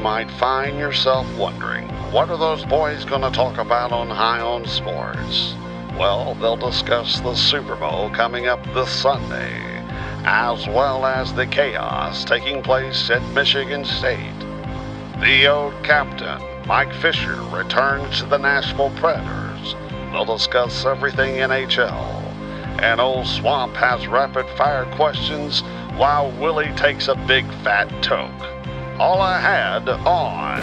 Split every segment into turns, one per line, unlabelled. might find yourself wondering, what are those boys going to talk about on High on Sports? Well, they'll discuss the Super Bowl coming up this Sunday, as well as the chaos taking place at Michigan State. The old captain, Mike Fisher, returns to the Nashville Predators. They'll discuss everything NHL. And old Swamp has rapid fire questions while Willie takes a big fat toke. All I had on.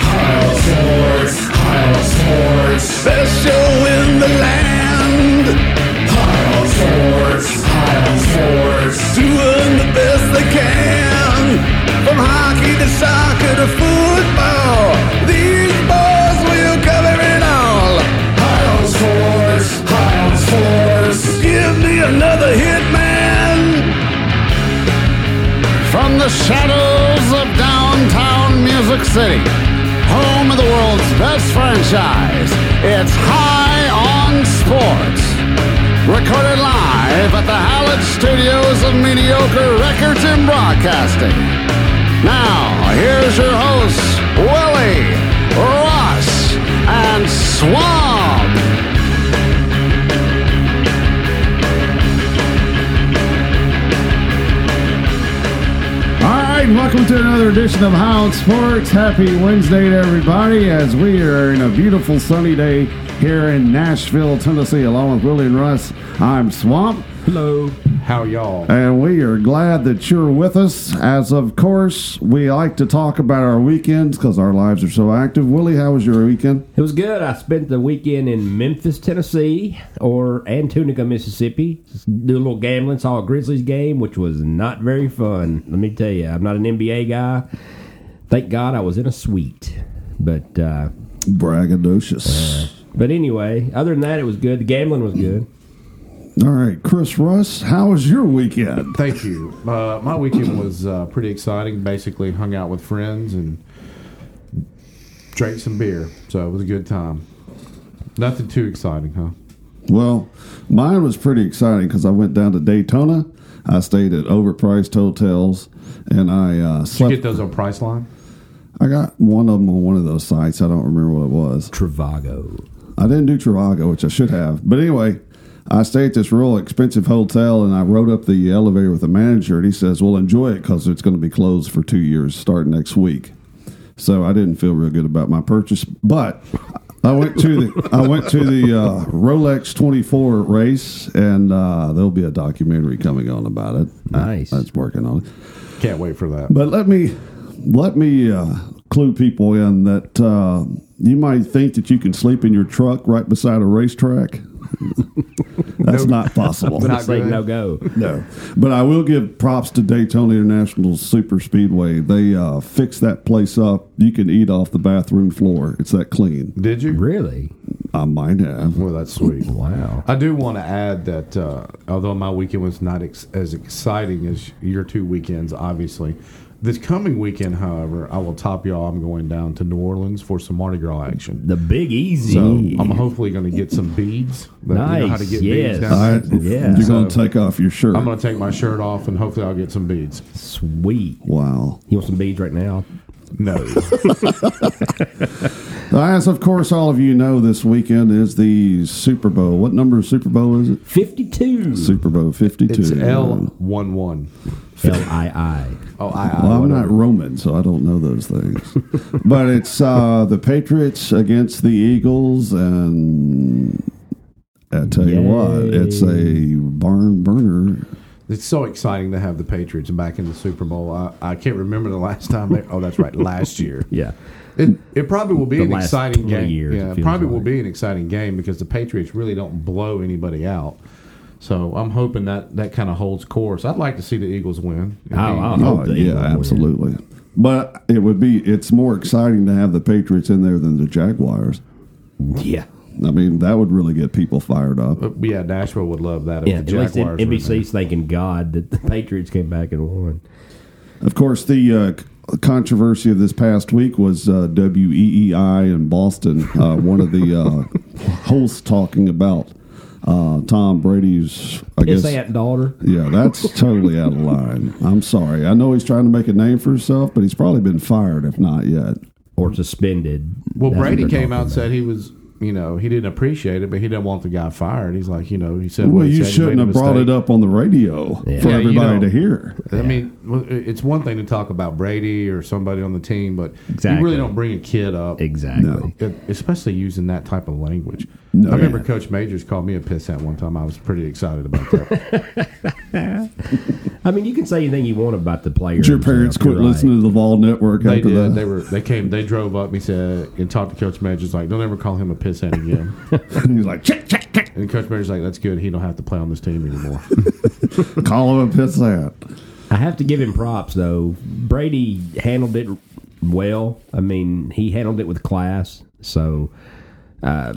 Best show in the land. Pile Sports, Pile Sports, doing the best they can. From hockey to soccer to football, these boys will cover it all. Pile Sports, Pile Sports, give me another hit, man.
From the shadows of downtown Music City, home of the world's best franchise, it's High on Sports. Recorded live at the Hallett Studios of Mediocre Records and Broadcasting. Now, here's your hosts, Willie, Ross, and Swamp. All right, and welcome to another edition of Hound Sports. Happy Wednesday to everybody as we are in a beautiful sunny day here in Nashville, Tennessee, along with Willie and Russ. I'm Swamp,
Hello. How y'all?
and we are glad that you're with us. As of course, we like to talk about our weekends because our lives are so active. Willie, how was your weekend?
It was good. I spent the weekend in Memphis, Tennessee, or Antunica, Mississippi. Did a little gambling, saw a Grizzlies game, which was not very fun. Let me tell you, I'm not an NBA guy. Thank God I was in a suite. But uh,
Braggadocious.
but anyway, other than that, it was good. The gambling was good.
Uh, All right, Chris Russ, how was your weekend?
Thank you. Uh, my weekend was uh, pretty exciting. Basically, hung out with friends and drank some beer, so it was a good time. Nothing too exciting, huh?
Well, mine was pretty exciting because I went down to Daytona. I stayed at overpriced hotels, and I uh,
Did
slept.
you get those on Priceline?
I got one of them on one of those sites. I don't remember what it was.
Travago.
I didn't do Trivago, which I should have. But anyway, I stayed at this real expensive hotel, and I rode up the elevator with the manager, and he says, "Well, enjoy it because it's going to be closed for two years, starting next week." So I didn't feel real good about my purchase, but I went to the I went to the uh, Rolex 24 race, and uh, there'll be a documentary coming on about it.
Nice.
that's working on it.
Can't wait for that.
But let me let me uh, clue people in that uh, you might think that you can sleep in your truck right beside a racetrack. That's not possible.
Not
Say
good.
no go.
no, but I will give props to Daytona International Super Speedway. They uh, fixed that place up. You can eat off the bathroom floor. It's that clean.
Did you?
Really?
I might have.
Well, that's sweet.
Wow.
I do want to add that uh, although my weekend was not ex- as exciting as your two weekends, obviously, this coming weekend, however, I will top y'all. I'm going down to New Orleans for some Mardi Gras action.
The Big Easy.
So I'm hopefully going to get some beads. But You know how to
Nice,
get
yes.
beads
All
down
right,
there?
Yeah.
you're going to
So-
take off your shirt.
I'm going to take my shirt off and hopefully I'll get some beads.
Sweet.
wow.
You want some beads right now?
No.
As of course all of you know, this weekend is the Super Bowl. What number of Super Bowl is it?
52.
Super Bowl 52.
It's L11.
L-I-I.
Oh, I, I
Well, I'm
whatever.
not Roman, so I don't know those things. but it's uh, the Patriots against the Eagles, and I tell you what, it's a barn burner.
It's so exciting to have the Patriots back in the Super Bowl. I, I can't remember the last time. They, oh, that's right, last year.
Yeah.
It, it probably will be
The
an
last
exciting
20
game.
years, it
yeah, it
feels
probably will
like.
be an exciting game because the Patriots really don't blow anybody out. So I'm hoping that that kind of holds course. I'd like to see the Eagles win.
I
Oh
hope the
yeah,
Eagles win.
absolutely. But it would be it's more exciting to have the Patriots in there than the Jaguars.
Yeah.
I mean, that would really get people fired up.
But yeah, Nashville would love that. If
oh. Yeah,
the
at least
Jaguars were in there.
NBC's thanking God that the Patriots came back and won.
Of course, the uh, c- controversy of this past week was uh, WEEI in Boston. Uh, one of the uh, hosts talking about uh, Tom Brady's, I
His
guess.
aunt daughter.
Yeah, that's totally out of line. I'm sorry. I know he's trying to make a name for himself, but he's probably been fired, if not yet.
or suspended.
Well,
That's what
Brady
they're
came
talking
out and
about.
said he was, you know, he didn't appreciate it, but he didn't want the guy fired. He's like, you know, he said,
Well,
what he
you
said, he
shouldn't
made a
have brought it
mistake.
up on the radio for
Yeah, you
everybody
know.
to hear.
I mean, well, it's one thing to talk about Brady or somebody on the team, but you
Exactly.
really don't bring a kid up,
Exactly.
especially using that type of language.
No.
I remember
Yeah.
Coach Majors called me a piss at one time. I was pretty excited about that.
I mean, you can say anything you want about the player.
But your
himself,
parents quit
you're right.
listening to the Vol Network
they
after
did.
that.
They were. They came. They drove up. And he said and talked to Coach Majors like, "Don't ever call him a piss at again."
He's like, check, check, check.
and Coach Majors like, "That's good. He don't have to play on this team anymore."
Call him a piss out.
I have to give him props though. Brady handled it well. I mean, he handled it with class. So uh,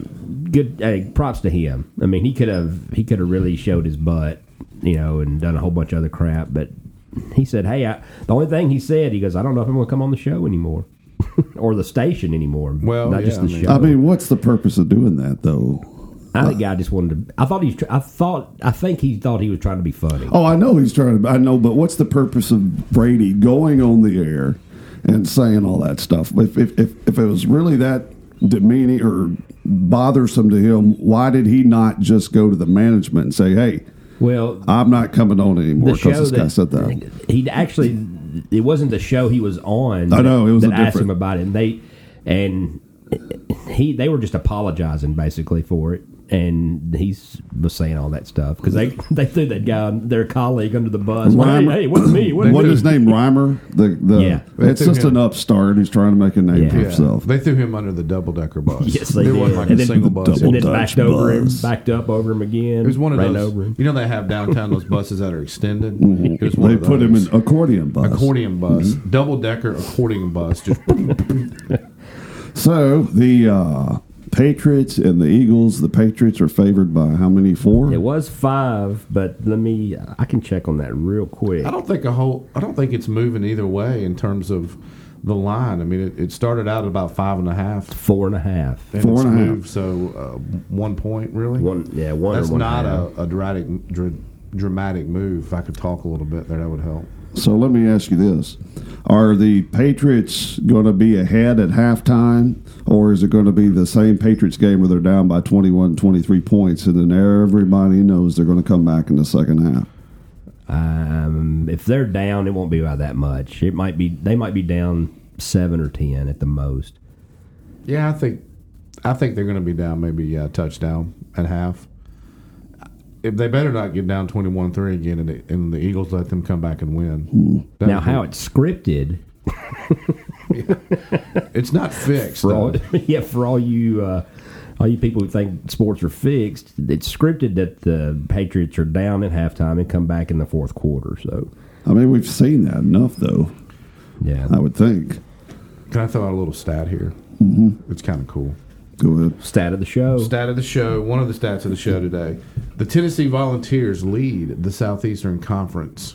good. Hey, props to him. I mean, he could have he could have really showed his butt, you know, and done a whole bunch of other crap. But he said, "Hey, I, the only thing he said, he goes, I don't know if I'm going to come on the show anymore." or the station anymore.
Well,
not
yeah,
just the
I mean-
show.
I mean, what's the purpose of doing that, though?
I think I just wanted to. I thought he's. tr- I thought. I think he thought he was trying to be funny.
Oh, I know he's trying to. I know, but what's the purpose of Brady going on the air and saying all that stuff? If if if, if it was really that demeaning or bothersome to him, why did he not just go to the management and say, "Hey,
Well,
I'm not coming on anymore
the
because
show
this guy
that,
said that."
he actually. It wasn't the show he was on.
I know, it was
that
a
asked
different-
him about it, and they and he they were just apologizing basically for it, and he was saying all that stuff because they they threw that guy their colleague under the bus.
Rhymer-
hey, hey, what's me? What,
What is his name? Reimer. The the
Yeah.
it's just an upstart. He's trying to make a name for
Yeah.
himself.
They threw him under the double decker bus.
Yes, they
There wasn't
did.
like
And
a
then-
single bus.
And then
Double
backed
Dutch
over him,
bus.
backed up over him again.
It was one of
ran
those.
Over him.
You know they have downtown those buses that are extended. It was one
They
of
put him
those.
in accordion bus.
accordion
Mm-hmm.
bus, double decker accordion bus. Just
So the uh, Patriots and the Eagles. The Patriots are favored by how many? Four.
It was five, but let me. I can check on that real quick.
I don't think a whole. I don't think it's moving either way in terms of the line. I mean, it, it started out about five and a half.
Four and a half.
And
Four
it's
and a half.
moved, So uh, one point really.
One, yeah, one.
That's
or one
not
and a half.
a, a dramatic dra- dramatic move. If I could talk a little bit there, that would help.
So let me ask you this: Are the Patriots going to be ahead at halftime, or is it going to be the same Patriots game where they're down by 21, 23 points, and then everybody knows they're going to come back in the second half?
Um, if they're down, it won't be by that much. It might be. They might be down seven or ten at the most.
Yeah, I think I think they're going to be down maybe a touchdown at half. If they better not get down 21-3 again and, it, and the Eagles let them come back and win.
Mm-hmm.
That
Now,
would be-
how it's scripted
it's not fixed.
for all
though.
yeah for all you uh, all you people who think sports are fixed, it's scripted that the Patriots are down at halftime and come back in the fourth quarter. So
I mean, we've seen that enough, though.
yeah,
I would think.
Can I throw out a little stat here?
Mm-hmm.
It's kind of cool.
Go ahead.
stat of the show.
Stat of the show, one of the stats of the show today. The Tennessee Volunteers lead the Southeastern Conference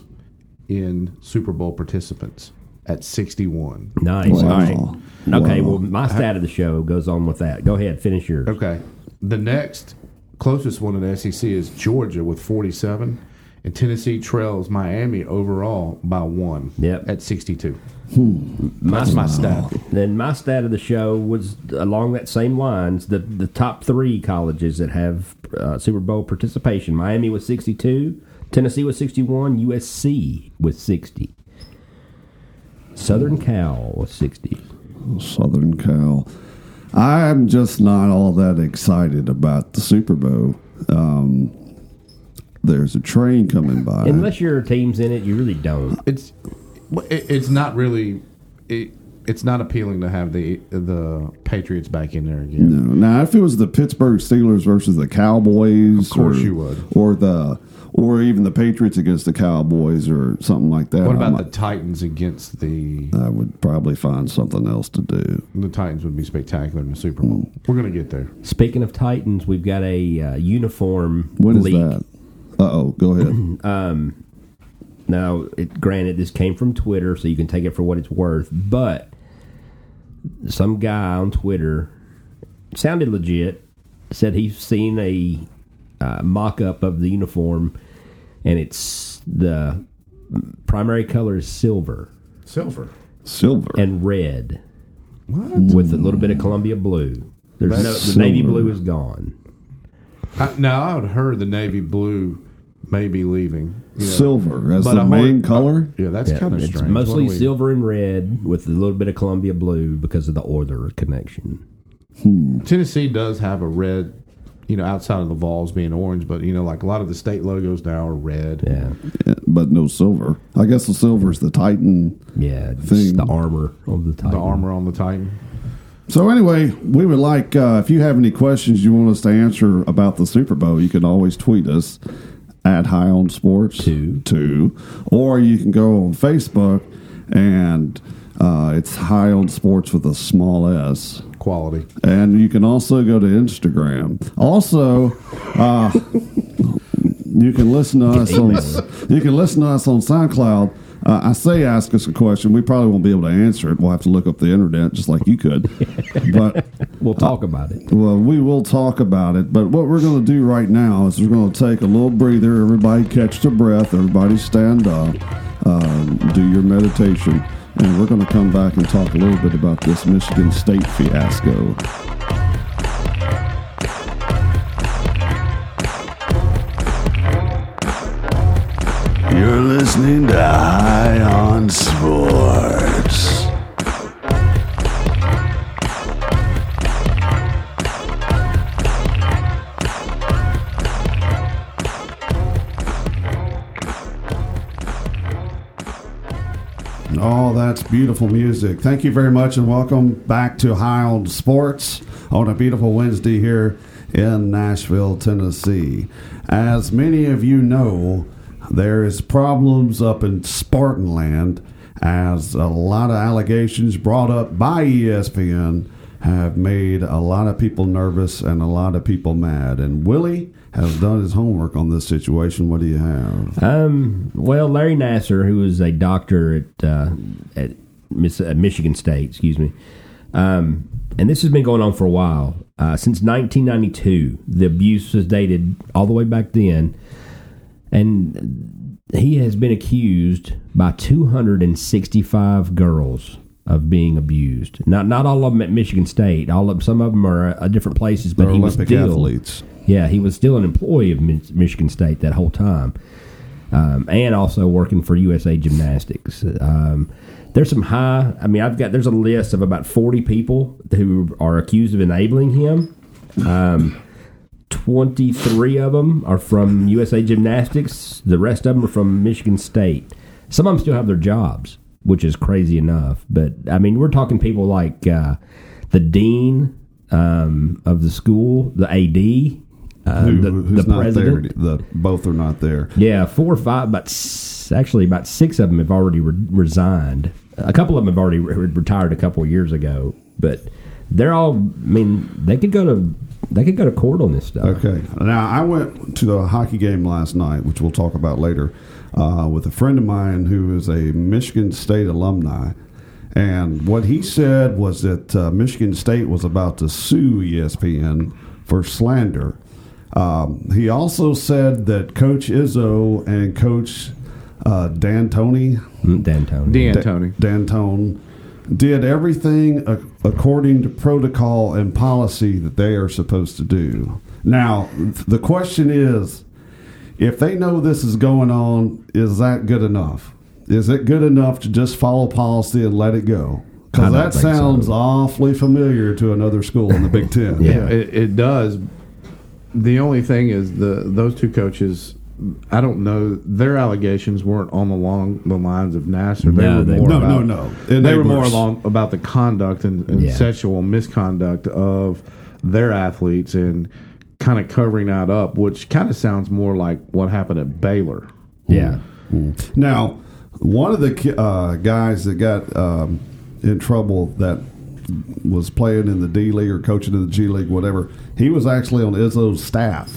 in Super Bowl participants at 61.
Nice.
Wow.
All right. Okay.
Wow.
Well, my stat of the show goes on with that. Go ahead, finish your.
Okay. The next closest one in the SEC is Georgia with 47, and Tennessee trails Miami overall by one
Yep.
at 62. That's my stat.
Then my stat of the show was along that same lines. The the top three colleges that have uh, Super Bowl participation: Miami with sixty two, Tennessee with sixty one, USC with sixty, Southern Cal with sixty.
Southern Cal. I'm just not all that excited about the Super Bowl. Um, there's a train coming by.
Unless your team's in it, you really don't.
It's it, it's not really it, it's not appealing to have the the Patriots back in there again.
No. Now, if it was the Pittsburgh Steelers versus the Cowboys,
Of course
or,
you would.
or the or even the Patriots against the Cowboys or something like that.
What
I,
about the
might-
Titans against the
I would probably find something else to do.
the Titans would be spectacular in the Super Bowl. We're going to get there.
Speaking of Titans, we've got a uh, uniform
What is
league.
that? Uh oh, go ahead.
Now, it, granted, this came from Twitter, so you can take it for what it's worth. But some guy on Twitter sounded legit. Said he's seen a uh, mock-up of the uniform, and it's the primary color is silver
Silver.
Silver.
and red.
What?
with a little bit of Columbia blue. There's
That's
no, the
silver.
navy blue is gone.
I, now I had heard the navy blue may be leaving. you know.
Silver as
But uh,
the
I'm
main
on-
color.
Yeah, that's
Yeah,
kind of
it's
strange. What
mostly
do we-
silver and red with a little bit of Columbia blue because of the order connection.
Tennessee does have a red, you know, outside of the Vols being orange, but you know, like a lot of the state logos now are red.
Yeah,
but no silver. I guess the silver is the Titan.
yeah, it's
Thing.
the armor of the Titan.
The armor on the Titan.
So anyway, we would like uh, if you have any questions you want us to answer about the Super Bowl, you can always tweet us at High on Sports
Two.
two, or you can go on Facebook and uh, it's High on Sports with a small S.
Quality.
And you can also go to Instagram. Also, uh, you can listen to us on you can listen to us on SoundCloud. Uh, I say ask us a question. We probably won't be able to answer it. We'll have to look up the internet, just like you could. but
We'll talk about it.
well, we will talk about it. But what we're going to do right now is we're going to take a little breather. Everybody catch their breath. Everybody stand up. Um, do your meditation. And we're going to come back and talk a little bit about this Michigan State fiasco. You're listening to High on Sports. Oh, that's beautiful music. Thank you very much, and welcome back to High on Sports on a beautiful Wednesday here in Nashville, Tennessee. As many of you know, there is problems up in Spartanland as a lot of allegations brought up by E ESPN have made a lot of people nervous and a lot of people mad. And Willie has done his homework on this situation. What do you have?
Um, well, Larry Nasser, who is a doctor at uh, at Miss, uh, Michigan State, excuse me, um, and this has been going on for a while uh, since 1992. The abuse was dated all the way back then, and he has been accused by 265 girls of being abused. Not not all of them at Michigan State. All of some of them are at different places, but
They're
he was
Olympic
still
athletes.
yeah, he was still an employee of Mi- Michigan State that whole time, um, and also working for USA Gymnastics. Um, there's some high. I mean, I've got there's a list of about 40 people who are accused of enabling him. Um, 23 of them are from USA Gymnastics. The rest of them are from Michigan State. Some of them still have their jobs, which is crazy enough. But I mean, we're talking people like uh, the dean um, of the school, the AD, uh,
Who-
the,
who's
the
not
president.
there? The, both are not there.
Yeah, four or five, but s- actually about six of them have already re- resigned. A couple of them have already re- retired a couple of years ago, but they're all. I mean, they could go to they could go to court on this stuff.
Okay. Now I went to the hockey game last night, which we'll talk about later, uh, with a friend of mine who is a Michigan State alumni, and what he said was that uh, Michigan State was about to sue E ESPN for slander. Um, he also said that Coach Izzo and Coach uh, Dan Tony,
mm, Dan Tony.
Dan Tony.
Dantone did everything ac- according to protocol and policy that they are supposed to do. Now, th- the question is if they know this is going on, is that good enough? Is it good enough to just follow policy and let it go?
I
Because
don't
that
think so.
sounds awfully familiar to another school in the Big Ten.
Yeah.
It, it does. The only thing is the those two coaches. I don't know. Their allegations weren't on along the lines of Nasser. They
No,
were
they
more
weren't.
No,
about-
no, no.
They were more
Enablers.
along about the conduct and, and
Yeah.
sexual misconduct of their athletes and kind of covering that up, which kind of sounds more like what happened at Baylor.
Yeah.
Now, one of the ki- uh, guys that got um, in trouble that was playing in the D League or coaching in the G League, whatever, he was actually on Izzo's staff.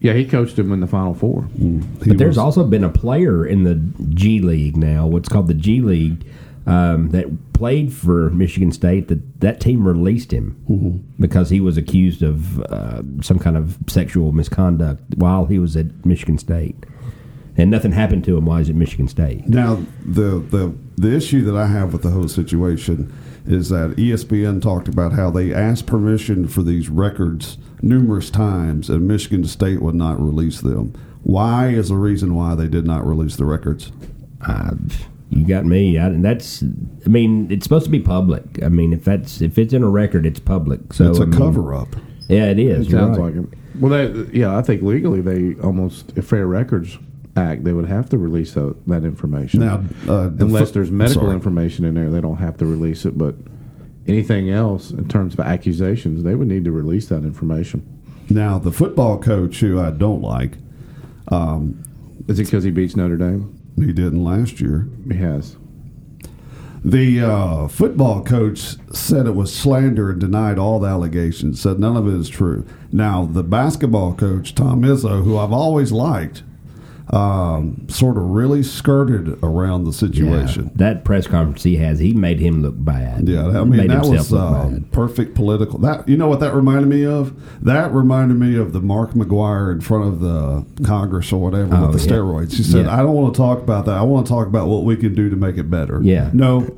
Yeah, he coached him in the Final Four.
He
Mm-hmm. But there's
was-
also been a player in the G League now, what's called the G League, um, that played for Michigan State. That that team released him
Mm-hmm.
because he was accused of uh, some kind of sexual misconduct while he was at Michigan State, and nothing happened to him while he was at Michigan State.
now the the the issue that I have with the whole situation is that E ESPN talked about how they asked permission for these records numerous times and Michigan State would not release them. Why is the reason why they did not release the records?
I, Uh, you got me. I, that's. I mean, it's supposed to be public. I mean, if that's if it's in a record, it's public. So
It's
I
a
mean,
cover up.
Yeah, it is.
It
You're
sounds
right.
like it. Well, they, yeah, I think legally they almost Fair Records Act they would have to release tho- that information.
Now, uh, the
unless
fir-
there's medical
sorry.
information in there, they don't have to release it. But anything else in terms of accusations, they would need to release that information.
Now, the football coach who I don't like,
Is it because he beats Notre Dame?
he didn't last year.
He has.
The uh, football coach said it was slander and denied all the allegations, said none of it is true. Now, the basketball coach, Tom Izzo, who I've always liked, um, sort of really skirted around the situation.
That press conference he has, he made him look bad.
Yeah, I
He
mean
made
that
himself
was
look
uh,
bad.
perfect political. That you know what that reminded me of? That reminded me of the Mark McGuire in front of the Congress or whatever
Oh,
with the
yeah.
steroids. She said,
Yeah.
"I don't want to talk about that. I want to talk about what we can do to make it better."
Yeah.
no,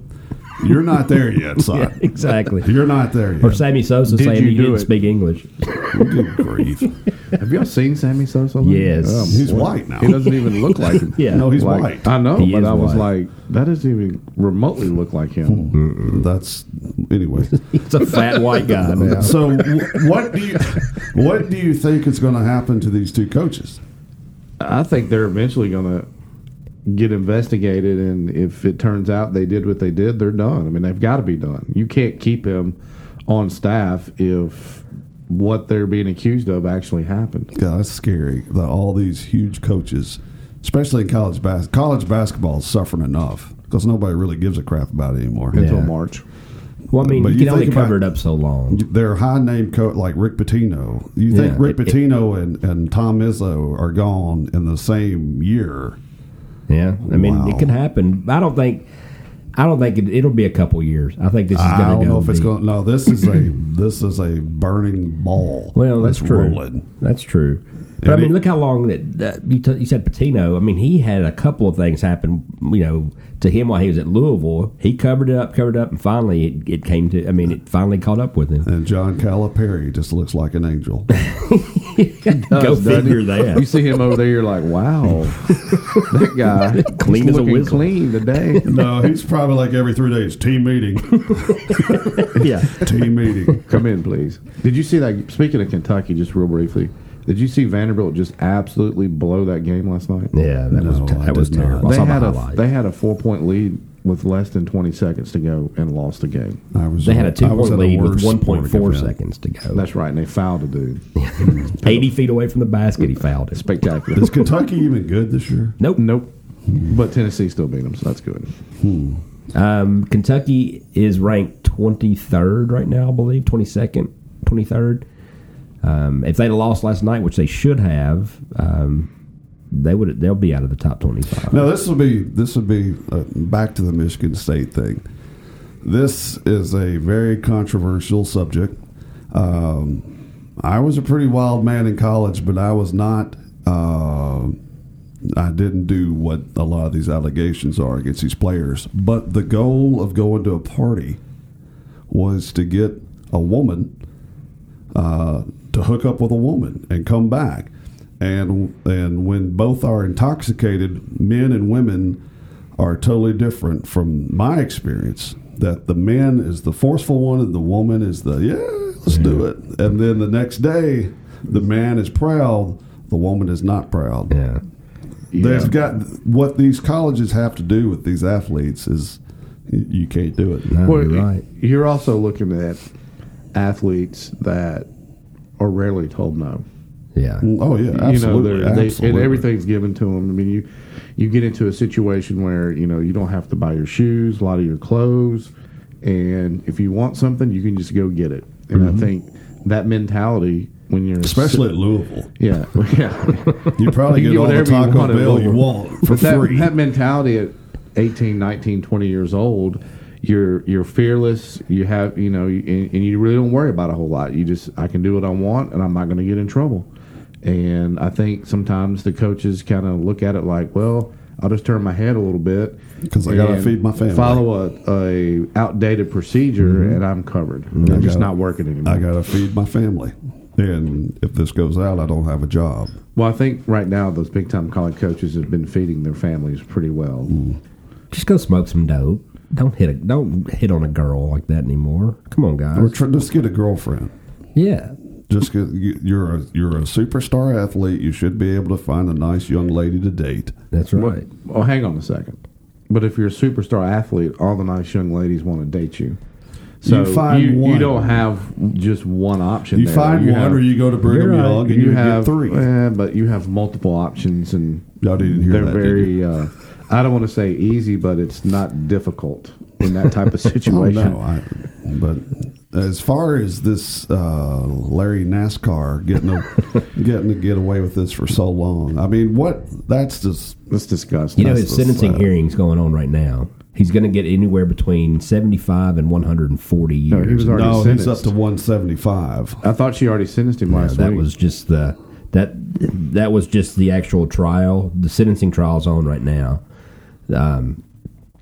you're not there yet, son.
Yeah, exactly.
You're not there yet.
Or Sammy Sosa
Did
saying
you
he
do
didn't
it?
speak English.
Good grief.
Have y'all seen Sammy Sosa?
Yes.
He's
boy.
white now.
He doesn't even look like him.
Yeah.
No, he's
Like,
white.
I know,
He
but
is
I was
white.
like, that doesn't even remotely look like him.
That's anyway.
He's a fat white guy. man.
So wh- what do you what do you think is going to happen to these two coaches?
I think they're eventually going to get investigated, and if it turns out they did what they did, they're done. I mean, they've got to be done. You can't keep him on staff if what they're being accused of actually happened.
Yeah, that's scary. The, all these huge coaches, especially in college bas- college basketball, is suffering enough because nobody really gives a crap about it anymore.
Until
Yeah.
March,
Well, I mean,
But
you
you
can only
think about-
cover it up so long.
Their high name coach like Rick Pitino. You
Yeah.
think Rick
It- it-
Pitino and, and Tom Izzo are gone in the same year?
Yeah, I mean,
Wow.
it can happen. I don't think. I don't think it, it'll be a couple years. I think this is going
I
to go.
don't know if it's
deep.
going. No, this is a this is a burning ball.
Well, that's, true.
rolling.
That's true. But I
And
mean,
it-
look how long that, that you, t- you said Patino. I mean, he had a couple of things happen, you know, to him while he was at Louisville. He covered it up, covered it up, and finally it, it came to. I mean, it finally caught up with him.
And John Calipari just looks like an angel.
Go
doesn't it?
figure
you
that.
see him over there, you're like, wow, that guy
Clean
he's
as a
looking
whistle.
clean today.
no, he's probably like every three days team meeting,
yeah,
team meeting.
Come in, please. Did you see that? Speaking of Kentucky, just real briefly, did you see Vanderbilt just absolutely blow that game last night?
yeah, that was
No, I
that was
did not.
terrible. I
They
saw the
had a
highlights.
they had a four point lead with less than twenty seconds to go and lost the game.
I was.
They had a
I
two
was
point
at a
lead with
worse
one point four
sporting event.
seconds to go.
That's right, and they fouled a dude.
Eighty feet away from the basket, he fouled it.
Spectacular.
Is Kentucky even good this year?
Nope.
nope. But Tennessee still beat them, so that's good.
Um, Kentucky is ranked 23rd right now, I believe, 22nd, 23rd. Um, if they'd have lost last night, which they should have, um, they would they'll be out of the top 25.
Now this will be this will be uh, back to the Michigan State thing. This is a very controversial subject. Um, I was a pretty wild man in college, but I was not. Uh, I didn't do what a lot of these allegations are against these players. But the goal of going to a party was to get a woman uh, to hook up with a woman and come back. And and when both are intoxicated, men and women are totally different from my experience. That the man is the forceful one and the woman is the yeah, let's do it. And then the next day, the man is proud, the woman is not proud.
Yeah.
They've got what these colleges have to do with these athletes is you you can't do it.
No,
Well,
Uh, you're right.
You're also looking at athletes that are rarely told no.
Yeah.
Oh yeah, absolutely.
You know, they're- they, and
absolutely.
everything's given to them. I mean, you you get into a situation where you know you don't have to buy your shoes, a lot of your clothes, and if you want something, you can just go get it. And I think that mentality when you're
Mm-hmm. especially at Louisville.
yeah yeah
You probably
You
get all
can do
the
whatever you
Taco
want at
Bell you
Louisville.
want for
But that,
free.
that mentality at 18 19 20 years old you're you're fearless you have you know you- and, and you really don't worry about a whole lot you just i can do what i want and i'm not going to get in trouble and i think sometimes the coaches kind of look at it like well I'll just turn my head a little bit
'Cause I gotta
and
feed my family. Mm-hmm.
Follow a, a outdated procedure, and I'm covered. I'm just
gotta-
not working anymore.
I gotta feed my family, and if this goes out, I don't have a job.
well, I think right now those big time college coaches have been feeding their families pretty well.
Just go smoke some dope. Don't hit a don't hit on a girl like that anymore. Come on,
Or
guys.
tr- just get a girlfriend.
Yeah,
Just get, you- you're a you're a superstar athlete. You should be able to find a nice young lady to date.
that's right.
Well, Oh, hang on a second. But if you're a superstar athlete, all the nice young ladies want to date you. So you,
find
you,
one.
don't have just one option.
You
there.
find one,
have-
or you go to
You're
Brigham
right.
Young, and you,
have
get three.
eh, but you have multiple options, and
Y'all didn't hear
they're
that, did
very. Uh, I don't want to say easy, but it's not difficult in that type of
Oh,
situation.
no, I, but as far as this uh, Larry NASCAR getting a, getting to get away with this for so long, I mean, what? That's just
That's disgusting.
You know
That's
his
the
sentencing
sad.
hearing's going on right now. He's going to get anywhere between seventy-five and one hundred and forty
No,
years.
he was already
no.
sentenced.
He's up to one seventy five.
I thought she already sentenced him last
that
week.
was just the that that was just the actual trial. The sentencing trial's on right now. Um,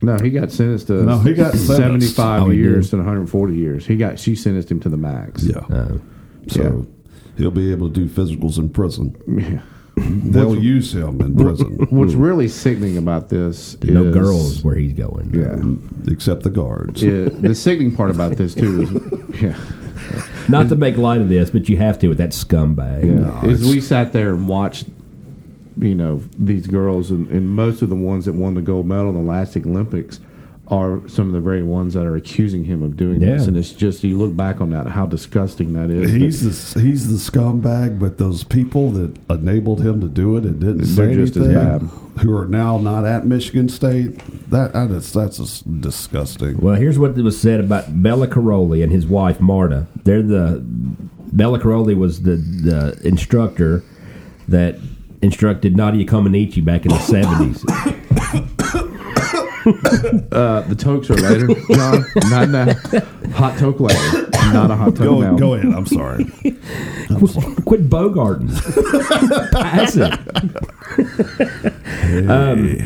no, he got sentenced to
No, he got sentenced.
seventy-five
Oh, he
years to one hundred forty years. He got she sentenced him to the max.
Yeah. so he'll be able to do physicals in prison. They'll use him in prison,
What's really sickening about this is
No girls where he's going.
Yeah.
except the guards.
Yeah, the sickening part about this too is, yeah,
Not to make light of this, but you have to with that scumbag.
is we sat there and watched, you know, these girls and, and most of the ones that won the gold medal in the last Olympics are some of the very ones that are accusing him of doing this,
Yeah.
and it's just you look back on that how disgusting that is.
He's the he's the scumbag, but those people that enabled him to do it and didn't say
They're just as
anything,
bad.
who are now not at Michigan State, that that is, that's just disgusting.
Well, here's what was said about Bella Caroli and his wife Marta. They're the Bella Caroli was the, the instructor that instructed Nadia Comaneci back in the seventies.
Uh, the tokes are later, John. not now. Hot toke later, not a hot toke
Go
now.
go ahead. I'm sorry.
Quit Bogarting. Pass it. Um,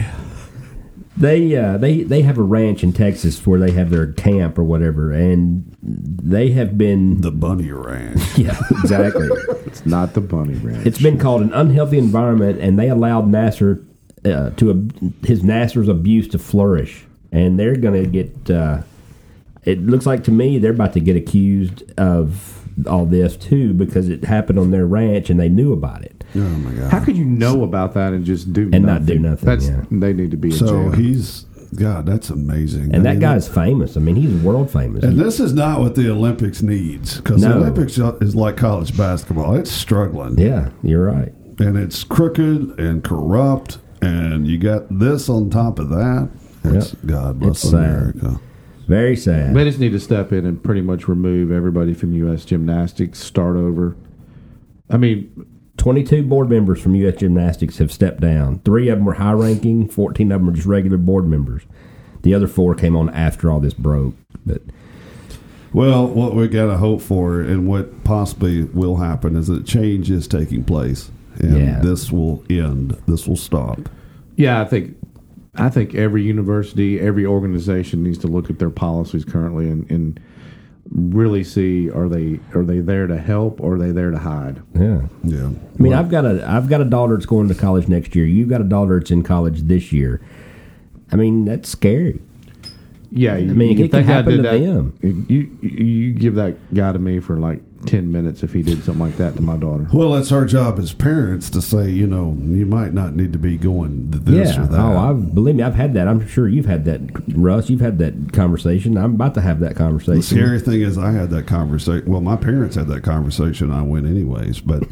they uh, they they have a ranch in Texas where they have their camp or whatever, and they have been
the Bunny Ranch.
yeah exactly.
It's not the bunny ranch.
It's been called an unhealthy environment, and they allowed Nasser uh, to ab- his Nasser's abuse to flourish, and they're going to get. Uh, it looks like to me they're about to get accused of all this too because it happened on their ranch and they knew about it.
Oh my God.
how could you know about that and just do
And not do nothing,
That's
yeah.
they need to be in
So
jail.
he's God. That's amazing.
And
I
that
mean,
guy's famous. I mean, he's world famous.
And this is not what the Olympics needs because the
No.
Olympics is like college basketball. It's struggling.
yeah, you're right.
and it's crooked and corrupt, and you got this on top of that. It's, God bless
It's sad.
America.
Very sad.
They just need to step in and pretty much remove everybody from U.S. gymnastics, start over. I mean,
22 board members from U.S. Gymnastics have stepped down. Three of them were high ranking, 14 of them are just regular board members. The other four came on after all this broke. But
Well, what we got to hope for, and what possibly will happen, is that change is taking place, and
Yeah.
this will end. This will stop.
yeah, I think I think every university, every organization needs to look at their policies currently and, and really see are they are they there to help or are they there to hide?
yeah.
Yeah.
I mean, I've got a I've got a daughter that's going to college next year. You've got a daughter that's in college this year. I mean, that's scary.
Yeah, I
mean, it could happen to them.
You you give that guy to me for like ten minutes if he did something like that to my daughter.
Well, it's our job as parents to say, you know, you might not need to be going th- this
yeah.
or that.
Oh, I believe me, I've had that. I'm sure you've had that, Russ. You've had that conversation. I'm about to have that
The
conversation.
scary thing is, I had that conversation. Well, my parents had that conversation. I went anyways, but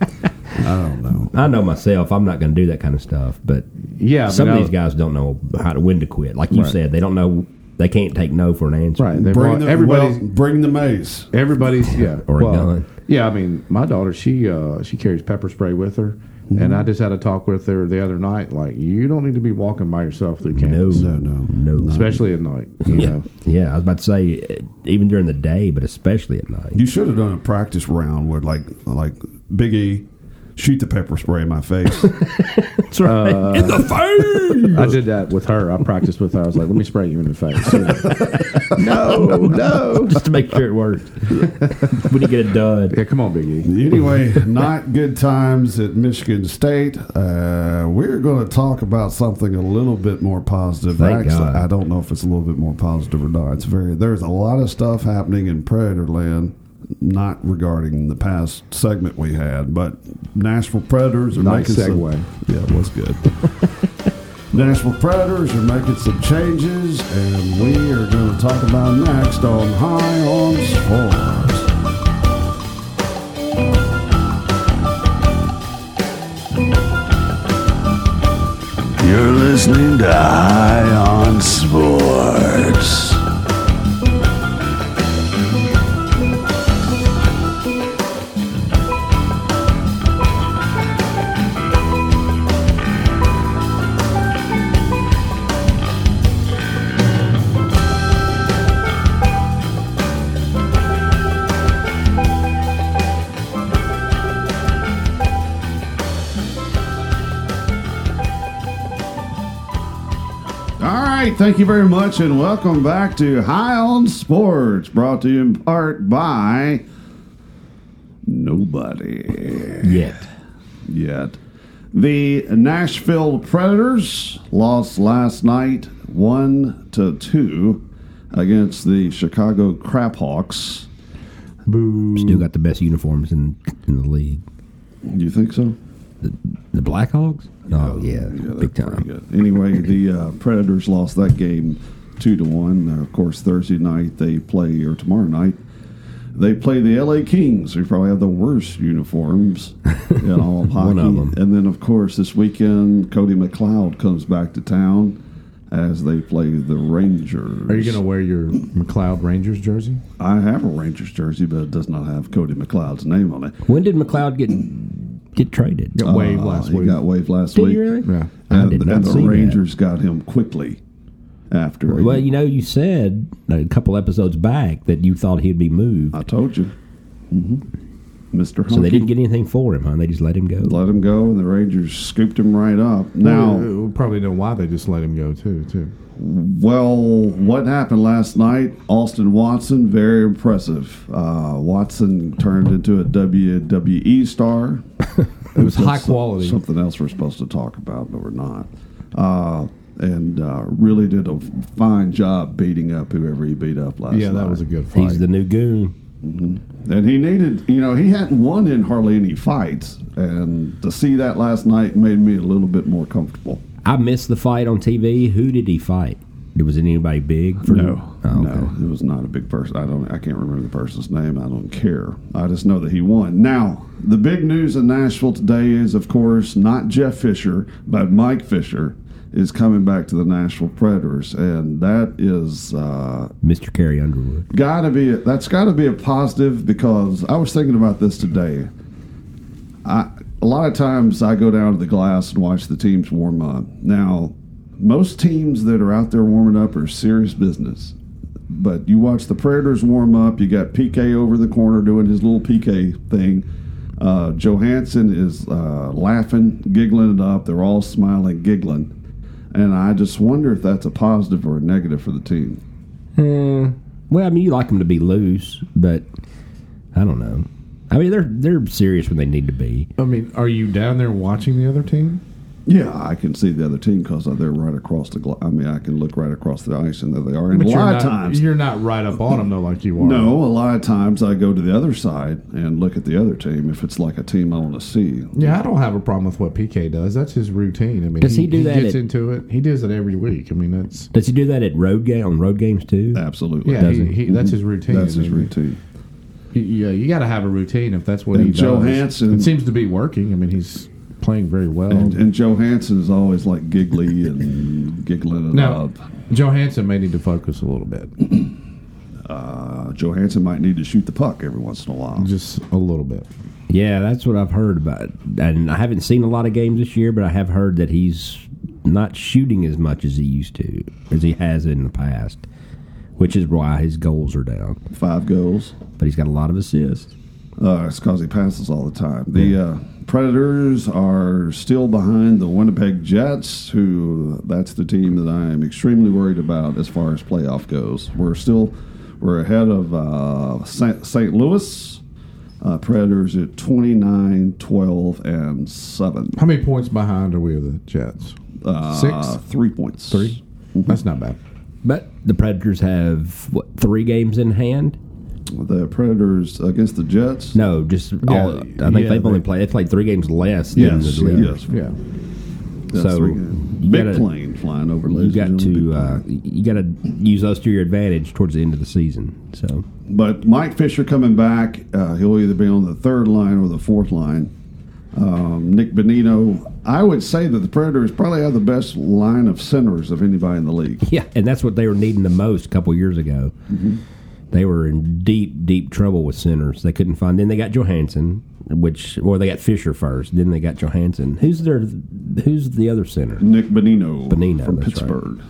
I don't know.
I know myself. I'm not going to do that kind of stuff. But
Yeah, I mean,
some
I-
of these guys don't know how to when to quit. Like you
Right.
said, they don't know. They can't take no for an answer.
right? they've all-
Bring the,
everybody's
well, bring the mace.
Everybody's yeah.
Or a gun.
Yeah, I mean, my daughter, she uh, she carries pepper spray with her,
Mm-hmm.
and I just had a talk with her the other night. Like, you don't need to be walking by yourself through
No.
campus,
No, no,
No.
especially at night. You know,
Yeah, I was about to say eh, even during the day, but especially at night.
You should have done a practice round where, like, like Big E shoot the pepper spray in my face.
That's right.
in the
I did that with her. I practiced with her. I was like, let me spray you in the face. no, no.
just to make sure it works. when you get a dud.
Yeah, come on, Biggie.
face. anyway, not good times at Michigan State. Uh, we're going to talk about something a little bit more positive.
Thank
Actually,
God.
I don't know if it's a little bit more positive or not. It's very there's a lot of stuff happening in Predator Land. Not regarding the past segment we had, but Nashville Predators are
Nice
making some-
segue.
yeah, it was good. Nashville Predators are making some changes, and we are going to talk about next on High on Sports.
You're listening to High on Sports.
All right, thank you very much, and welcome back to High on Sports, brought to you in part by nobody.
Yet.
yet. The Nashville Predators lost last night, one to two, against the Chicago Crap Hawks.
Still got the best uniforms in, in the league.
You think so?
The Blackhawks? Oh, yeah. big time.
Anyway, the uh, Predators lost that game two to one. Uh, of course, Thursday night they play, or tomorrow night they play the L.A. Kings, who probably have the worst uniforms in all of hockey.
One of them.
And then, of course, this weekend Cody McLeod comes back to town as they play the Rangers.
Are you going to wear your McLeod Rangers jersey?
I have a Rangers jersey, but it does not have Cody McLeod's name on it.
When did McLeod get get traded?
Got waved last
Uh, he
week.
got waived last
Did
week.
you really?
yeah.
I
And,
did not
and the
see that.
Rangers got him quickly after.
Uh, Well, you know, you said a couple episodes back that you thought he'd be moved.
I told you.
Mm-hmm.
hmm Mr. Hunky.
So they didn't get anything for him, huh? They just let him go.
let him go, and the Rangers scooped him right up. Now,
we probably know why they just let him go too. Too.
well, what happened last night? Austin Watson, very impressive. Uh, Watson turned into a WWE star.
It was high
That's so-
quality.
Something else we're supposed to talk about, but we're not. Uh, and uh, really did a fine job beating up whoever he beat up last
yeah,
night.
that was a good fight.
He's the new goon.
And he needed, you know, he hadn't won in hardly any fights. And to see that last night made me a little bit more comfortable.
I missed the fight on TV. Who did he fight? Was it anybody big? For Oh, okay.
No, it was not a big person. I don't. I can't remember the person's name. I don't care. I just know that he won. Now, the big news in Nashville today is, of course, not Jeff Fisher, but Mike Fisher is coming back to the Nashville Predators, and that is uh,
Mr. Carrie Underwood.
got to be that's got to be a positive because I was thinking about this today. I a lot of times I go down to the glass and watch the teams warm up. Now, most teams that are out there warming up are serious business. But you watch the Predators warm up. You got PK over the corner doing his little PK thing. Uh, Johansson is uh, laughing, giggling it up. They're all smiling, giggling, and I just wonder if that's a positive or a negative for the team.
Well, I mean, you like them to be loose, but I don't know. I mean, they're they're serious when they need to be.
I mean, are you down there watching the other team?
Yeah, I can see the other team because they're right across the. Gla- I mean, I can look right across the ice, and there they are. And a
you're
lot
not,
of times,
you're not right up on them though, like you are.
no, a lot of times I go to the other side and look at the other team if it's like a team I want to see.
Yeah, I don't have a problem with what PK does. That's his routine. I mean,
Does he do that
Gets
at-
into it. He does it every week. I mean, that's
Does he do that at road game on road games too?
Uh. Absolutely, Mm-hmm.
yeah. He,
he?
he, that's his routine.
that's his
I mean,
routine.
you- Yeah, you got to have a routine if that's what
And
he does.
Johansson-
It seems to be working. I mean, he's playing very well.
And, and Johansson is always like giggly and giggling it
now,
up.
Johansson may need to focus a little bit,
Uh, Johansson might need to shoot the puck every once in a while.
just a little bit.
Yeah, that's what I've heard about. And I haven't seen a lot of games this year, but I have heard that he's not shooting as much as he used to, as he has in the past, which is why his goals are down.
Five goals.
But he's got a lot of assists.
Uh, it's because he passes all the time. The uh, Predators are still behind the Winnipeg Jets, who that's the team that I am extremely worried about as far as playoff goes. We're still we're ahead of uh, St. St. Louis. Uh, Predators at 29, 12, and 7.
How many points behind are we of the Jets?
Uh,
Six?
Three points.
3
Mm-hmm.
That's not bad.
But the Predators have what three games in hand?
The Predators against the Jets.
No, just all. I think
yeah,
they've only
they-
played. They played three games less. than
Yes.
the league.
Yes.
Yeah.
That's
So,
three.
you
big
gotta-
plane flying over.
You
ladies
got
and gentlemen,
to
big
uh,
plane.
you got to use those to your advantage towards the end of the season. So
But Mike Fisher coming back, uh, he'll either be on the third line or the fourth line. Um, Nick Benito, I would say that the Predators probably have the best line of centers of anybody in the league.
yeah, and that's what they were needing the most a couple years ago. They were in deep, deep trouble with centers. They couldn't find. Then they got Johansson, which or they got Fisher first. Then they got Johansson. Who's their? Who's the other center?
Nick Benino,
Bonino,
from
that's right.
Pittsburgh.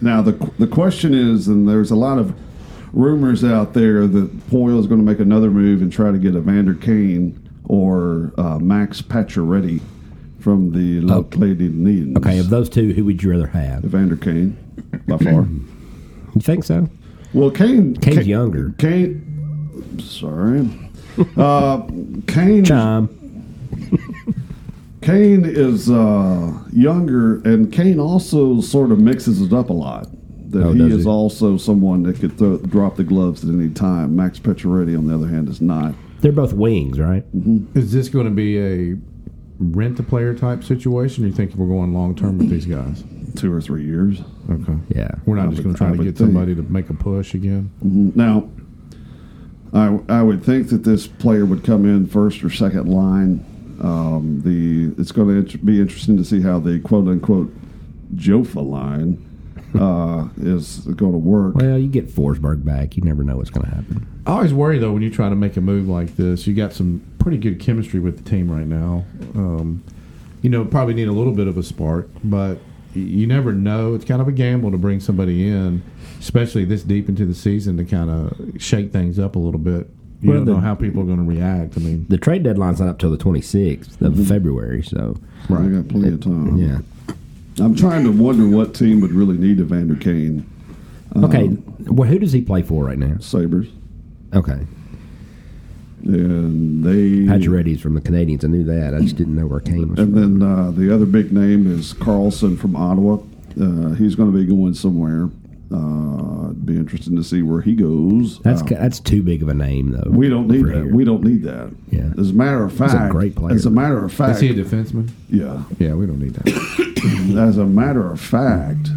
Now the the question is, and there's a lot of rumors out there that Poyle is going to make another move and try to get Evander Kane or uh, Max Pacioretty from the Lady Needles.
Okay, of those two, who would you rather have?
Evander Kane by far.
You think so?
Well, Kane
Kane's
Ka-
younger.
Kane, sorry, uh, Kane.
Chime.
Kane is uh, younger, and Kane also sort of mixes it up a lot. That
Oh,
he
does
is
he?
also someone that could throw, drop the gloves at any time. Max Pacioretty, on the other hand, is not.
They're both wings, right?
Is this going to be a rent a player type situation? Or you think we're going long term with these guys?
Two or three years.
Okay.
Yeah.
We're not
would-
just going to try
I
to
would
get somebody to make a push again.
Now, I, I would think that this player would come in first or second line. Um, the it's going to int- be interesting to see how the quote unquote Jofa line uh, is going to work.
Well, you get Forsberg back. You never know what's going to happen.
I always worry though when you try to make a move like this. You got some pretty good chemistry with the team right now. Um, you know, probably need a little bit of a spark, but y- you never know. It's kind of a gamble to bring somebody in, especially this deep into the season to kind of shake things up a little bit. You
Well,
don't
the-
know how people are going to react. I mean,
The trade deadline's not up till the 26th of
Mm-hmm.
February, so
Right, got plenty of time.
yeah.
I'm trying to wonder what team would really need Evander Kane.
Um, Okay. Well, who does he play for right now?
Sabres.
Okay.
And they.
Pacioretty's from the Canadians. I knew that. I just didn't know where Kane was
And
from.
then uh, the other big name is Carlson from Ottawa. Uh, he's going to be going somewhere. Uh, it'd be interesting to see where he goes.
That's
Oh.
Uh,
that's too big of a name though.
we don't need
for
that.
here.
We don't need that.
Yeah.
As a matter of fact,
great player.
As a matter of
is
fact,
he a defenseman?
yeah.
Yeah, we don't need that.
As a matter of fact,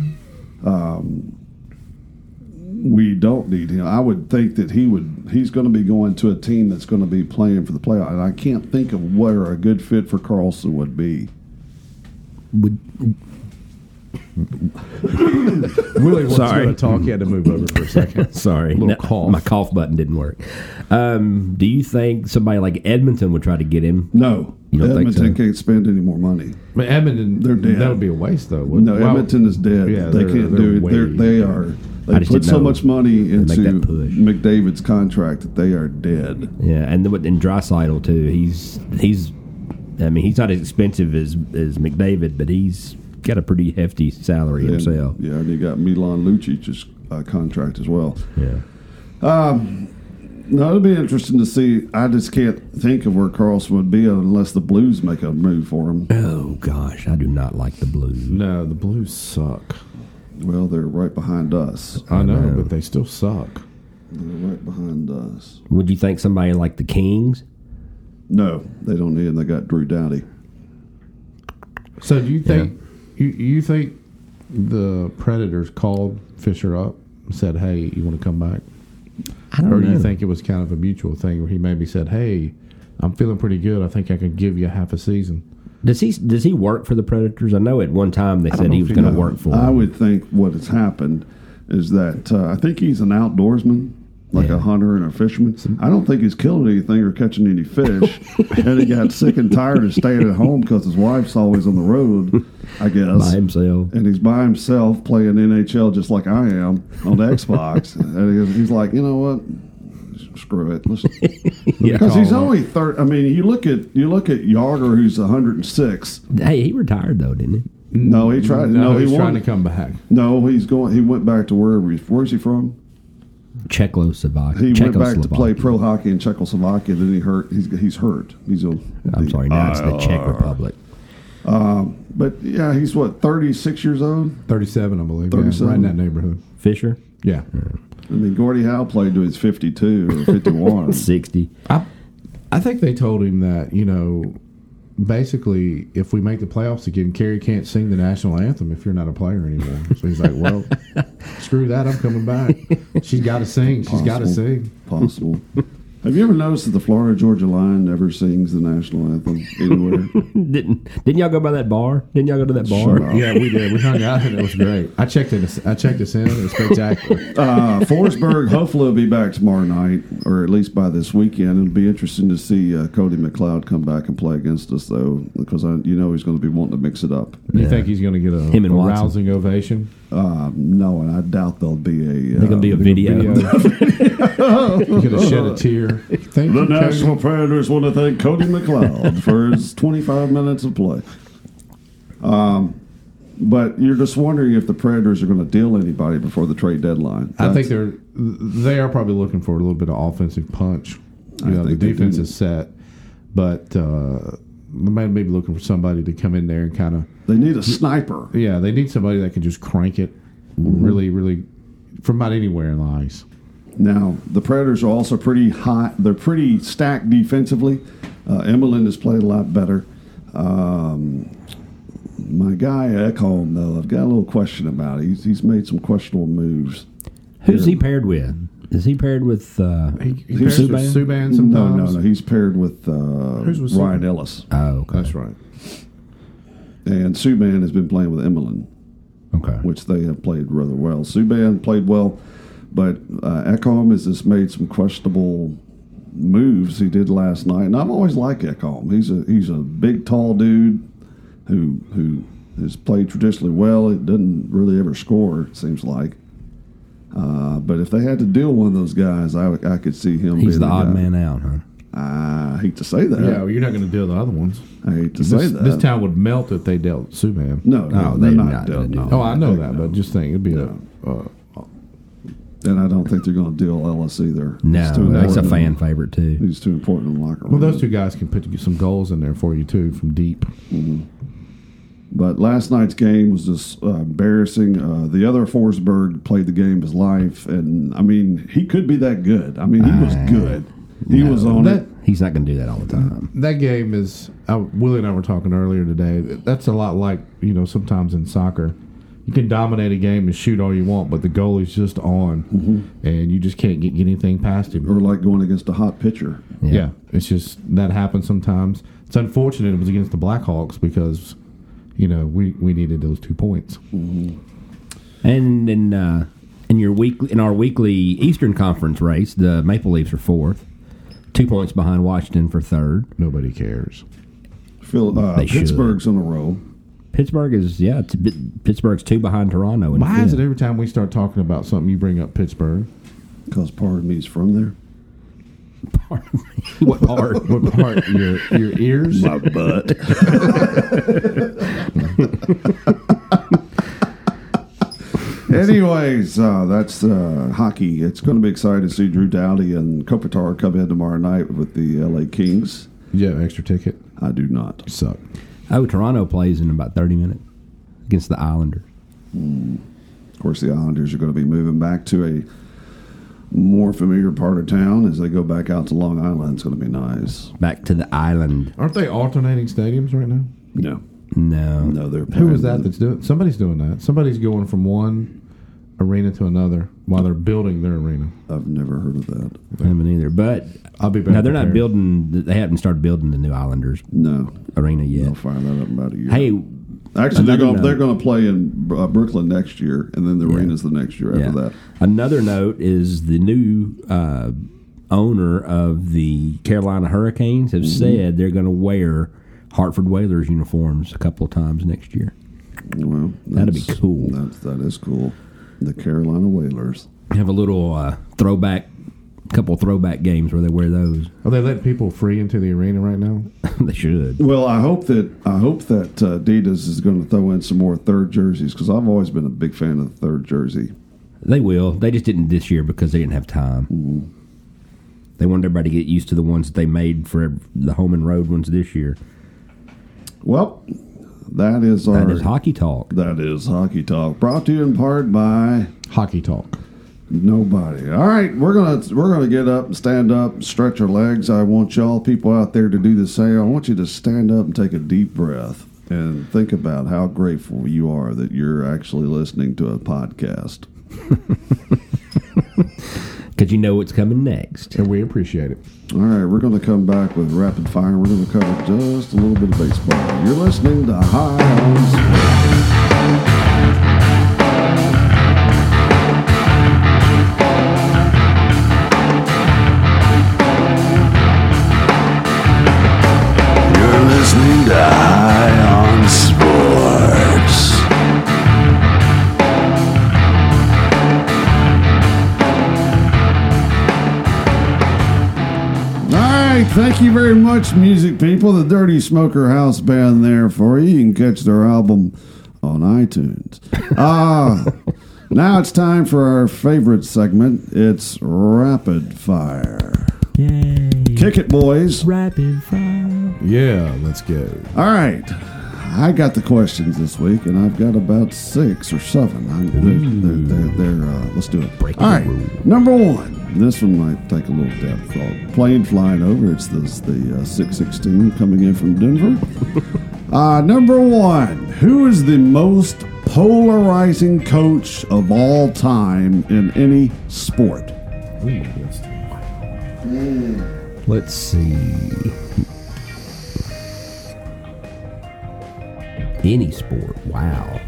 um, we don't need him. I would think that he would. He's going to be going to a team that's going to be playing for the playoff, and I can't think of where a good fit for Carlson would be.
Would,
Willie wants
Sorry.
to talk. He had to move over for a second.
sorry,
Little
No,
cough.
my cough button didn't work. Um, do you think somebody like Edmonton would try to get him?
No,
You don't think
Edmonton
so?
can't spend any more money.
But Edmonton,
They're dead.
that would be a waste though. wouldn't
No,
it? Well,
Edmonton is dead.
yeah,
they
they're-
can't
they're
do it.
way
They're, they
dead.
are.
I
They
just
put
didn't
so
know
much money
they'd make
into
that push.
McDavid's contract that they are dead.
Yeah, and then with- and Drysidle too. He's he's, I mean, he's not as expensive as as McDavid, but he's got a pretty hefty salary
And-
himself.
yeah, and you got Milan Lucic's uh, contract as well.
Yeah.
No, it'll be interesting to see. I just can't think of where Carlson would be unless the Blues make a move for him.
Oh gosh, I do not like the Blues.
No, the Blues suck.
Well, they're right behind us.
I know, but they still suck.
They're right behind us.
Would you think somebody like the Kings?
No, they don't need him. They got Drew Doughty.
So do you think you you think the Predators called Fisher up and said, "Hey, you want to come back?"
I don't
Or do
know.
you think it was kind of a mutual thing where he maybe said, "Hey, I'm feeling pretty good. I think I could give you half a season."
does he does he work for the Predators? I know at one time they said he was going to work for.
I
them.
would think what has happened is that uh, I think he's an outdoorsman, like a hunter and a fisherman. I don't think he's killing anything or catching any fish. and he got sick and tired of staying at home because his wife's always on the road, I guess.
by himself.
and he's by himself playing NHL just like I am on the Xbox. and he's, he's like, you know what? screw it. Let's, because he's only thirty. I mean, you look at you look at Yager, who's one hundred and six.
Hey, he retired though, didn't he?
No, he tried.
No,
No, he
he's
won.
trying to come back.
No, he's going. He went back to wherever. He's, where's he from?
Czechoslovakia.
He went back to
Czechoslovakia.
play pro hockey in Czechoslovakia. Then he hurt. He's he's hurt. He's a.
I'm sorry, now it's
Uh,
the Czech Republic.
But yeah, he's what thirty six years old.
37, I believe. Yeah,
37.
right in that neighborhood.
Fisher,
Yeah.
I mean, Gordie Howe played to his fifty two or fifty one.
sixty.
I, I think they told him that, you know, basically, if we make the playoffs again, Kerry can't sing the national anthem if you're not a player anymore. So he's like, well, screw that. I'm coming back. She's got to sing. She's got to
Possible.
sing.
possible. Have you ever noticed that the Florida Georgia line never sings the national anthem anywhere?
Didn't didn't y'all go by that bar? Didn't y'all go to that
Shut
bar?
up.
Yeah, we did. We hung out and it was great. I checked it. I checked this in. It was spectacular.
Uh, Forsberg, hopefully, will be back tomorrow night, or at least by this weekend. It'll be interesting to see uh, Cody McLeod come back and play against us, though, because I, you know he's going to be wanting to mix it up.
You think he's going to get a,
Him and
a
Watson.
rousing ovation?
No, and I doubt there'll be a. Uh,
They're gonna be a video.
He's going to shed a tear. Thank
the
you, Cody.
National Predators want to thank Cody McLeod for his 25 minutes of play. Um, but you're just wondering if the Predators are going to deal anybody before the trade deadline.
I think they're they are probably looking for a little bit of offensive punch. You know, the
think they
defense
do.
is set, but uh, they might be looking for somebody to come in there and kind of
They need a sniper.
yeah. They need somebody that can just crank it really, really from about anywhere in the ice.
Now, the Predators are also pretty hot. They're pretty stacked defensively. Uh, Emelin has played a lot better. Um, my guy Ekholm, though, I've got a little question about. He's he's made some questionable moves.
Who's he paired with? Is he paired with? Uh,
He pairs with
Subban?
Subban sometimes.
No, no, no. He's paired with uh,
Who's with
Ryan
Subban?
Ellis,
oh, okay.
That's right.
and Subban has been playing with Emelin,
okay.
which they have played rather well. Subban played well, but uh, Ekholm has just made some questionable moves he did last night. And I've always liked Ekholm. He's a he's a big, tall dude who who has played traditionally well. It doesn't really ever score. It seems like. Uh, but if they had to deal one of those guys, I, I could see him. being
He's the odd
guy.
man out, huh?
I hate to say that.
Yeah, well, you're not going to deal the other ones.
I hate to say
This,
that.
this town would melt if they dealt Subban.
no, no, they're,
they're
not.
not
deal,
gonna do
no.
Oh, I know that, but just think it'd be a. Uh,
and I don't think they're going to deal Ellis either.
No,
He's too
that's a
important.
fan favorite too.
He's too important in the locker room.
well, those two guys can put some goals in there for you too from deep.
But last night's game was just uh, embarrassing. Uh, the other Forsberg played the game of his life, and I mean, he could be that good. I mean, he was good. He was on
That
it.
He's not going to do that all the time.
that game is uh, Willie and I were talking earlier today. That's a lot like you know sometimes in soccer, you can dominate a game and shoot all you want, but the goalie's just on, and you just can't get, get anything past him.
Or like going against a hot pitcher.
Yeah. it's just that happens sometimes. It's unfortunate it was against the Blackhawks because you know we we needed those two points.
And in uh, in your weekly in our weekly Eastern Conference race, the Maple Leafs are fourth, two points behind Washington for third.
Nobody cares.
Phil, uh,
They should.
Pittsburgh's on a roll.
Pittsburgh is yeah, t- Pittsburgh's two behind Toronto. in
Why is it
fifth.
every time we start talking about something you bring up Pittsburgh?
Because part of me's from there.
what part?
What part? your your ears?
butt. Anyways, uh, that's uh, hockey. It's going to be exciting to see Drew Dowdy and Kopitar come in tomorrow night with the LA Kings.
You have an extra ticket.
I do not.
Suck.
Oh, Toronto plays in about thirty minutes against the Islanders.
Of course, the Islanders are going to be moving back to a more familiar part of town as they go back out to Long Island. It's going to be nice.
Back to the island.
Aren't they alternating stadiums right now?
No,
No,
no, they're
Who is that that's doing? Somebody's doing that. Somebody's going from one arena to another while they're building their arena.
I've never heard of that.
I haven't either. But
I'll be back.
now they're not
prepared.
building. They haven't started building the new Islanders
No,
arena yet.
I'll find that out in about a year.
Hey,
Actually, they're
Another
going,
note.
they're going to play in uh, Brooklyn next year, and then the arena's the next year after
yeah.
that.
Another note is the new uh, owner of the Carolina Hurricanes have
Mm-hmm.
said they're going to wear Hartford Whalers uniforms a couple of times next year.
Well,
That'd be
that's-
cool.
That's, that is cool. The Carolina Whalers.
Have a little uh, throwback couple throwback games where they wear those.
Are they letting people free into the arena right now?
they should.
Well, I hope that I hope that uh, Adidas is going to throw in some more third jerseys because I've always been a big fan of the third jersey.
They will. They just didn't this year because they didn't have time. They wanted everybody to get used to the ones that they made for the home and road ones this year.
Well, that is our
That is hockey talk.
that is hockey talk. Brought to you in part by
Hockey talk.
Nobody. All right, we're gonna we're gonna get up, and stand up, stretch our legs. I want y'all people out there to do the same. I want you to stand up and take a deep breath and think about how grateful you are that you're actually listening to a podcast.
Because you know what's coming next.
And we appreciate it.
All right, we're gonna come back with rapid fire. We're gonna cover just a little bit of baseball. You're listening to High on Sports.
You're listening to High on Sports.
All right, thank you very much, music people. The Dirty Smoker House Band there for you. You can catch their album on iTunes. Ah, now it's time for our favorite segment. It's Rapid Fire. Yay. Kick it, boys.
Yeah, let's go.
All right. I got the questions this week, and I've got about six or seven. I'm, they're, they're, they're, they're, uh, let's do it.
Breaking
All right.
the rule.
Number one. This one might take a little depth. Uh, plane flying over. It's the, the uh, 616 coming in from Denver. uh, number one. Who is the most polarizing coach of all time in any sport?
Let's see. Any sport. Wow.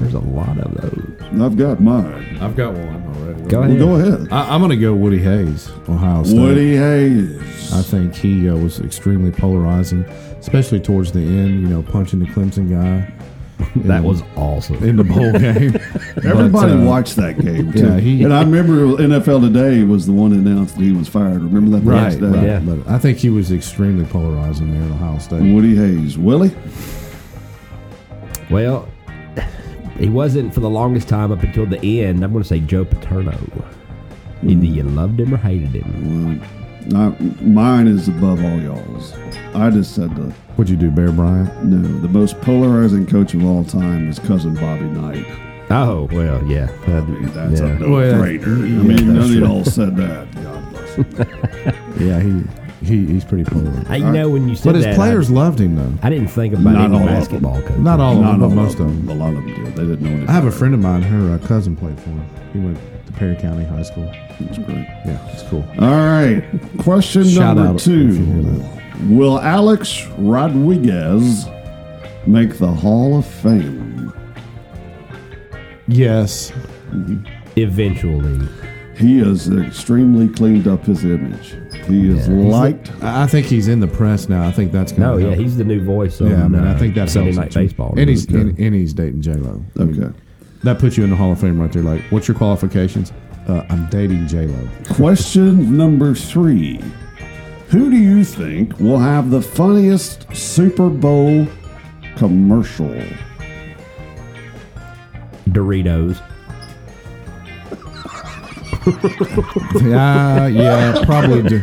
There's a lot of those.
I've got mine.
I've got one already.
Go ahead.
Well, go ahead.
I, I'm going to go Woody Hayes, Ohio State.
Woody Hayes.
I think he uh, was extremely polarizing, especially towards the end, you know, punching the Clemson guy
That was awesome.
in the bowl game.
Everybody
But, uh,
watched that game too.
yeah, he-
and I remember NFL Today was the one that announced that he was fired. Remember that? the
Right,
next day?
right.
Yeah.
But I think he was extremely polarizing there at Ohio State.
Woody Hayes, Willie.
Well, he wasn't for the longest time up until the end. I'm going to say Joe Paterno.
Hmm.
Either you loved him or hated him.
I, mine is above all y'all's. I just said the
What'd you do, Bear Bryant?
no. The most polarizing coach of all time is cousin Bobby Knight.
Oh, well, yeah. Uh,
That's
yeah.
a no
Well,
brainer. I mean, none of y'all said that. God bless him.
Yeah, he, he he's pretty polarizing.
I know when you said
But his
that,
players loved him, though.
I, I didn't think about
Not
any
all of them.
basketball coach.
Not all
Not
of them,
all
but most of them.
A lot of them did. They didn't know anything.
I have a friend of mine. Her uh, cousin played for him. He went to Perry County High School.
It's great.
Yeah, it's cool.
All right. Question
Shout
number
out if you hear
two. Will Alex Rodriguez make the Hall of Fame?
Yes,
Eventually.
He has extremely cleaned up his image. He is liked.
I I think he's in the press now. I think that's going
No,
to
yeah, he's the new voice on
yeah. I mean, I
uh,
think that's
Sunday Night Baseball.
and he's and, and he's dating J Lo.
Okay.
That puts you in the Hall of Fame right there. Like, what's your qualifications? Uh, I'm dating J Lo.
Question number three. Who do you think will have the funniest Super Bowl commercial?
Doritos.
Yeah, yeah, probably. Do-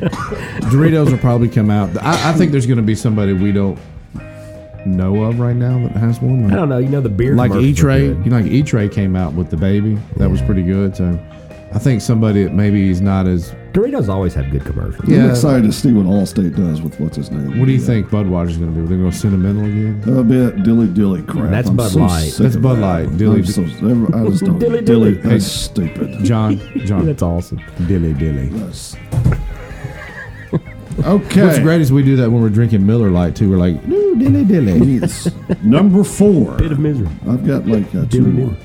Doritos will probably come out. I, I think there's going to be somebody we don't know of right now that has
I
one. Like,
don't know. You know the beer.
like
commercials
E
were
Trade,
good.
you know, like E Trade came out with the baby. That was pretty good. So, I think somebody that maybe is not as.
Doritos always have good commercials.
Yeah.
I'm excited to see what Allstate does with what's his name.
What do you think Budweiser's going to do? They're going to go sentimental again.
A bit dilly dilly crap.
That's
I'm
Bud
so
Light.
sick
That's
of
Bud
that.
Light. Dilly-
I'm so- I just don't. dilly,
Dilly dilly.
Hey.
That's stupid.
John, John,
That's awesome.
dilly dilly.
Yes. okay.
What's great is we do that when we're drinking Miller Lite too. We're like, "Ooh, dilly dilly.
Yes. Number four.
Bit of misery.
I've got like uh, two more.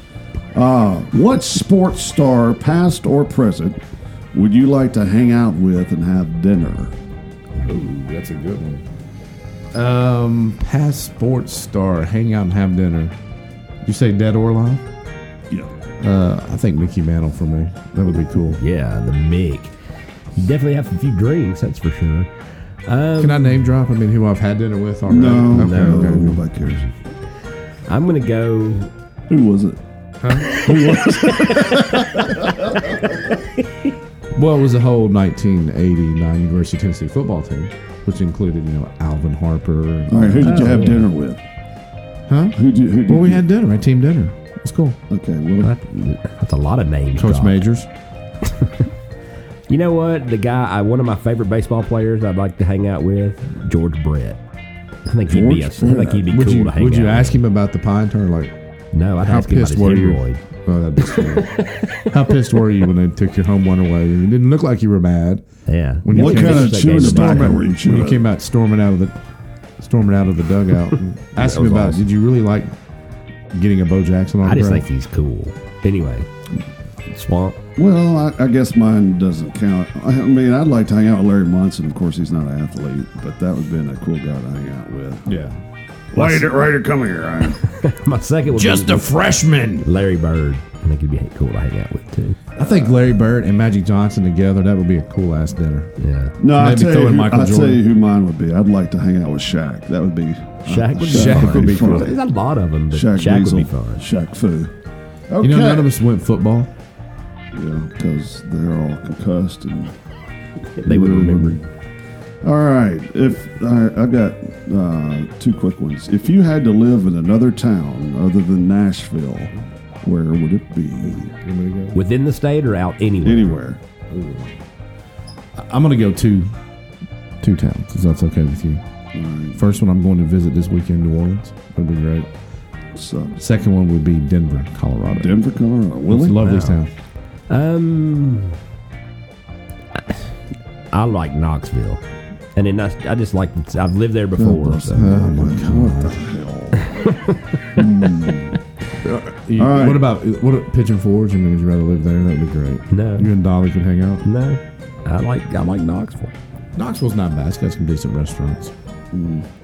Uh, what sports star, past or present, would you like to hang out with and have dinner?
That's a good one. Um, past sports star, hang out and have dinner. You say dead or alive?
Yeah.
Uh, I think Mickey Mantle for me. That would be cool.
Yeah, the Mick. Definitely have a few drinks, that's for sure.
Can I name drop? I mean, who I've had dinner with already?
No,
Okay,
no,
okay.
nobody cares.
I'm gonna go.
Who was it?
Well, it was the whole 1989 University of Tennessee football team, which included, you know, Alvin Harper. And,
All right, who did you have dinner with?
Oh. Huh?
Who did? Who did
Well, we
you-
had dinner, right? Team dinner. It's cool.
Okay, well,
That's a lot of names.
Coach
dropped.
Majors.
You know what? The guy, I, one of my favorite baseball players, I'd like to hang out with, George Brett. I think he'd be. A, I
George Brett.
think he'd be
Would
cool
you
to hang
would
out.
you
with.
ask him about the pine turn? Like,
No, I'd
how
ask him about
pissed
his
were you?
hemorrhoid.
Oh, that'd be scary. how pissed were you when they took your home one away? You didn't look like you were mad.
Yeah.
When you
what
came
kind
out-
of chewing
Storm
tobacco
Storming-
were you
when
chewing?
you came out storming out of the storming out of the dugout. and Ask him
was
about
awesome.
did you really like getting a Bo Jackson on
I just think he's cool. Anyway, Swamp.
Well, I, I guess mine doesn't count. I mean, I'd like to hang out with Larry Munson. Of course, he's not an athlete, but that would have been a cool guy to hang out with.
Yeah.
Raider, Raider, come here. Ryan.
My second would
Just
be
a freshman.
Larry Bird. I think he'd be cool to hang out with too.
I think
Uh,
Larry Bird and Magic Johnson together, that would be a cool ass dinner.
Yeah.
No, I
Maybe
tell,
throw
you
in
who,
Michael
I tell
Jordan.
you who mine would be. I'd like to hang out with Shaq. That would be uh,
Shaq would be
Shaq
fun.
would be cool.
There's a lot of them, but
Shaq,
Shaq,
Diesel,
would be fun.
Shaq Fu. Okay.
You know, none of us went football.
because they're all concussed and
They would remember.
All right. If I, I've got uh, two quick ones. If you had to live in another town other than Nashville, where would it be?
Mm-hmm.
Within the state or out anywhere?
Anywhere.
I'm gonna go two two towns, if that's okay with you. First one I'm going to visit this weekend, New Orleans. That'd be great.
So,
Second one would be Denver, Colorado.
Denver, Colorado.
It's a
Willie?
lovely town.
Um, I like Knoxville, and then I, I just like I've lived there before.
Mm,
Oh,
so.
my God. What the hell?
You-
All right.
What about what Pigeon Forge? I mean, would you rather live there? That'd be great.
No.
you and Dolly could hang out.
No, I like I like Knoxville.
Knoxville's not bad. It's got some decent restaurants.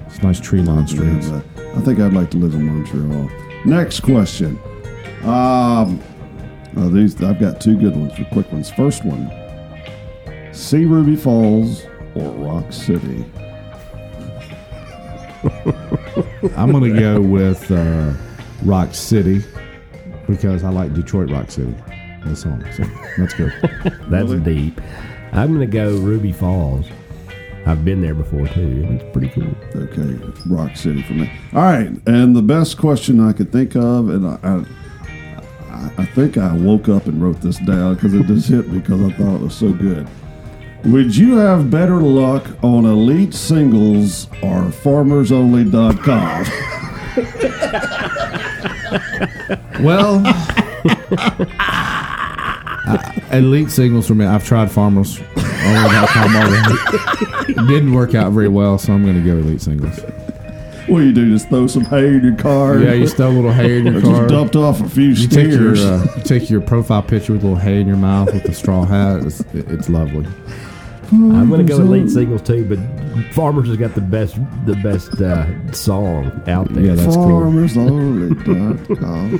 It's nice tree lined streets.
Mm. Yeah, but I think I'd like to live in Montreal. Next question. Um, uh, these I've got two good ones, quick ones. First one: Sea Ruby Falls or Rock City?
I'm gonna go with uh, Rock City because I like Detroit Rock City. The song. So that's good.
That's deep. I'm gonna go Ruby Falls. I've been there before too. It's pretty cool.
Okay, Rock City for me. All right, and the best question I could think of, and I, I, I- I think I woke up and wrote this down because it just hit me because I thought it was so good. Would you have better luck on Elite Singles or FarmersOnly.com?
well, elite singles for me. I've tried Farmers. Only.com already. Didn't work out very well, so I'm gonna go elite singles.
what do you do? Just throw some hay in your car?
Yeah, you stole a little hair in your
Or
car.
just dumped off a few
You take your
steers.
uh, you take your profile picture with a little hay in your mouth with the straw hat. It's, it's lovely. Mm,
I'm gonna go Elite Singles too, but Farmers has got the best the best uh, song out there.
Yeah, that's cool.
FarmersOnly.com.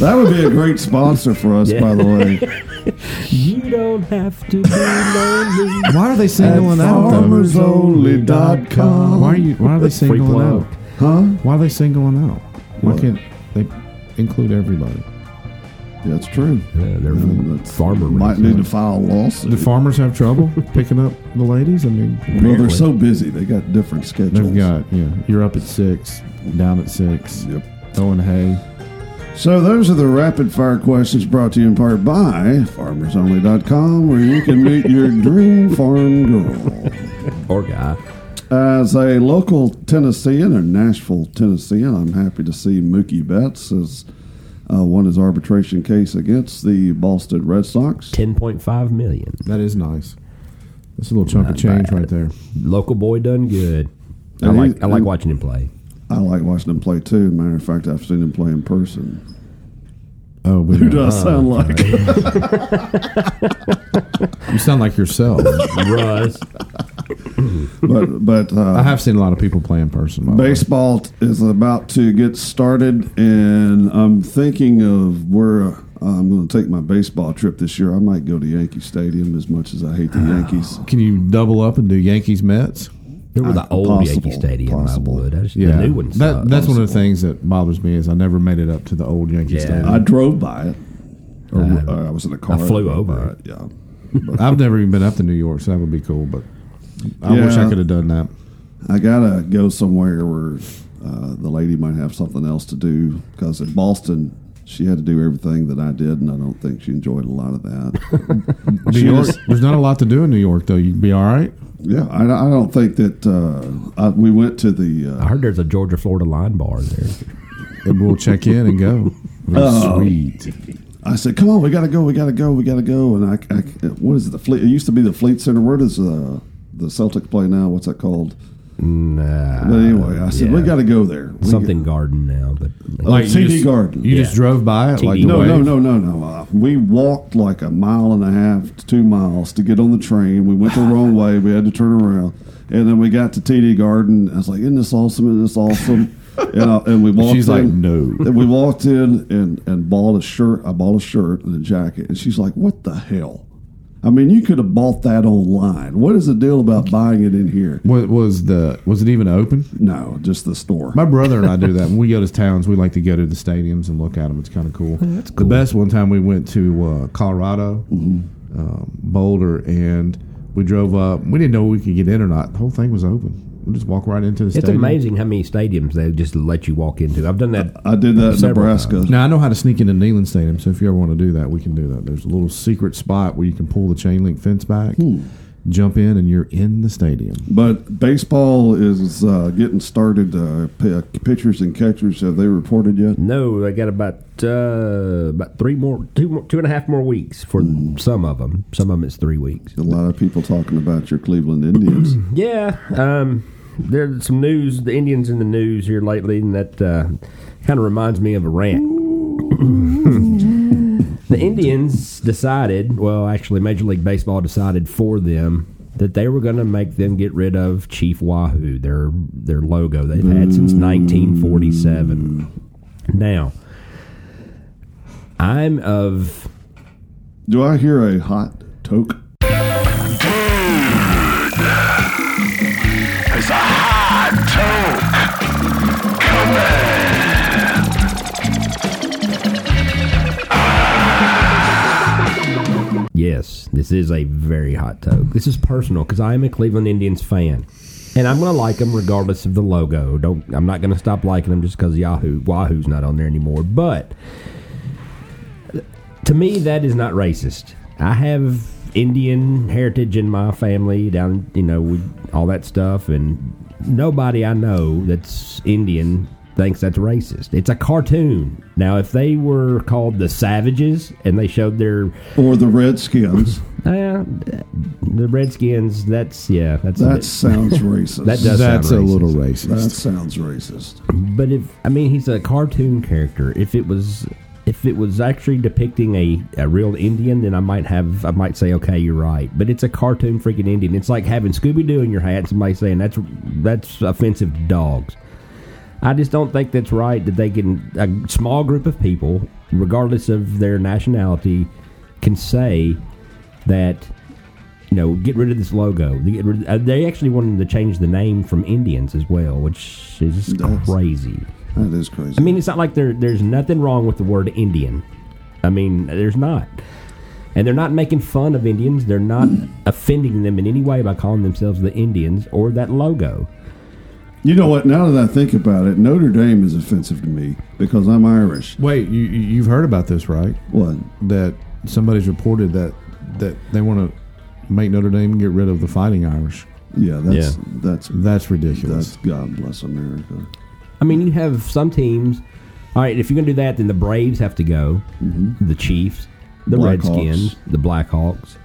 that would be a great sponsor for us, by the way.
You don't have to be Uh, lonely.
Why are they singling out though?
FarmersOnly.com.
Why are you? Why are they singling
plug.
out? Huh? Why are they singling out? Why can't they include everybody?
Yeah, That's true.
Yeah, they're
Mm,
Um, that's-
farmer.
Might
raised.
need to file a
Do
lawsuit.
farmers have trouble picking up the ladies? I mean,
Well, they're so busy. They got different schedules.
they've got yeah. You're up at six, down at six, oh,
Yep.
throwing hay.
So those are the rapid fire questions brought to you in part by FarmersOnly.com, where you can meet your dream farm girl.
Or guy.
As a local Tennessean or Nashville Tennessean, I'm happy to see Mookie Betts has uh, won his arbitration case against the Boston Red Sox.
Ten point five million.
That is nice. That's a little chunk of change right there.
Local boy done good. I
And he-
like I like
and-
watching him play.
I like watching him play too. Matter of fact, I've seen him play in person.
Oh, we
Who do I sound like?
you sound like yourself.
Russ.
but but
I
uh,
have seen a lot of people play in person. by the way.
baseball t- is about to get started, and I'm thinking of where uh, I'm going to take my baseball trip this year. I might go to Yankee Stadium as much as I hate the Yankees.
Can you double up and do Yankees Mets?
Remember the old Yankee
possible,
Stadium?
possible.
I would. I just, The new uh, one.
That,
sucks.
that's one of the things that bothers me is I never made it up to the old Yankee
Yeah.
Stadium.
I drove by it. Or,
I-
uh, I was in a car.
flew
drove
over
by
it.
Yeah.
I've never even been up to New York, so that would be cool. But I wish I
Yeah.
could have done that.
I gotta go somewhere where uh, the lady might have something else to do because in Boston she had to do everything that I did, and I don't think she enjoyed a lot of that.
New York, there's not a lot to do in New York, though. You'd be all right.
yeah, I, I don't think that uh, I, we went to the.
I
Uh,
heard there's a Georgia Florida line bar there.
And we'll check in and go.
Oh.
Sweet.
I said, "Come on, we gotta go, we gotta go, we gotta go." And I, I what is it, the fleet? It used to be the Fleet Center. Where does uh, the Celtics play now? What's that called?
Nah,
But anyway, I said we
yeah.
gotta go there. We
something garden now, but
Like
you
TD
just-
Garden.
You just drove by it like
TD.
the
No,
wave?
no, no, no, no. Uh, we walked like a mile and a half to two miles to get on the train. We went the wrong way. We had to turn around. And then we got to TD Garden. I was like, isn't this awesome? Isn't this awesome? And, I, and we walked
She's
in.
like, no.
And we walked in and, and bought a shirt. I bought a shirt and a jacket. And she's like, what the hell? I mean, you could have bought that online. What is the deal about buying it in here?
What was the? Was it even open?
No, just the store.
My brother and I do that. When we go to towns, we like to go to the stadiums and look at them. It's kind of cool. that's cool. The best one time we went to uh, Colorado, um, Boulder, and we drove up. We didn't know we could get in or not. The whole thing was open. We just walk right into the
it's
stadium.
amazing how many stadiums they just let you walk into. I've done that.
I did that in
Several
Nebraska.
Now I know how to sneak into Neyland Stadium, so if you ever want to do that, we can do that. There's a little secret spot where you can pull the chain link fence back, jump in, and you're in the stadium.
But baseball is uh, getting started. Uh, p- pitchers and catchers have they reported yet?
No, I got about uh, about three more, two more, two and a half more weeks for some of them. Some of them it's three weeks.
A lot of people talking about your Cleveland Indians.
Yeah, um, there's some news. The Indians in the news here lately, and that uh, kind of reminds me of a rant. the Indians decided, well, actually, Major League Baseball decided for them that they were going to make them get rid of Chief Wahoo, their their logo they've had since 1947. Now, I'm of
Do I hear a hot toke?
It's a hot toke coming.
Yes, this is a very hot toke. This is personal because I am a Cleveland Indians fan, and I'm going to like them regardless of the logo. Don't I'm not going to stop liking them just because Yahoo Wahoo's not on there anymore. But to me, that is not racist. I have Indian heritage in my family, down you know, we, all that stuff, and nobody I know that's Indian thinks that's racist. It's a cartoon. Now, if they were called the Savages and they showed their
Or the Redskins?
uh, the Redskins. That's yeah. That's a
That
bit-
sounds racist.
That does sound
That's a
racist.
little racist.
That sounds racist.
But if I mean, he's a cartoon character. If it was, if it was actually depicting a, a real Indian, then I might have, I might say, okay, you're right. But it's a cartoon freaking Indian. It's like having Scooby Doo in your hat. and Somebody saying that's that's offensive to dogs. I just don't think that's right that they can a small group of people, regardless of their nationality, can say that you know get rid of this logo. They, get rid uh, they actually wanted to change the name from Indians as well, which is just
That's-
crazy.
That is crazy.
I mean, it's not like there there's nothing wrong with the word Indian. I mean, there's not. And they're not making fun of Indians. They're not offending them in any way by calling themselves the Indians or that logo.
you know what? Now that I think about it, Notre Dame is offensive to me because I'm Irish.
Wait, you you- you've heard about this, right?
What?
That somebody's reported that that they want to make Notre Dame get rid of the Fighting Irish.
Yeah, that's
Yeah.
that's
That's ridiculous.
that's God bless America.
I mean, you have some teams. All right, if you're going to do that, then the Braves have to go, the Chiefs, the
Blackhawks.
Redskins, the Blackhawks.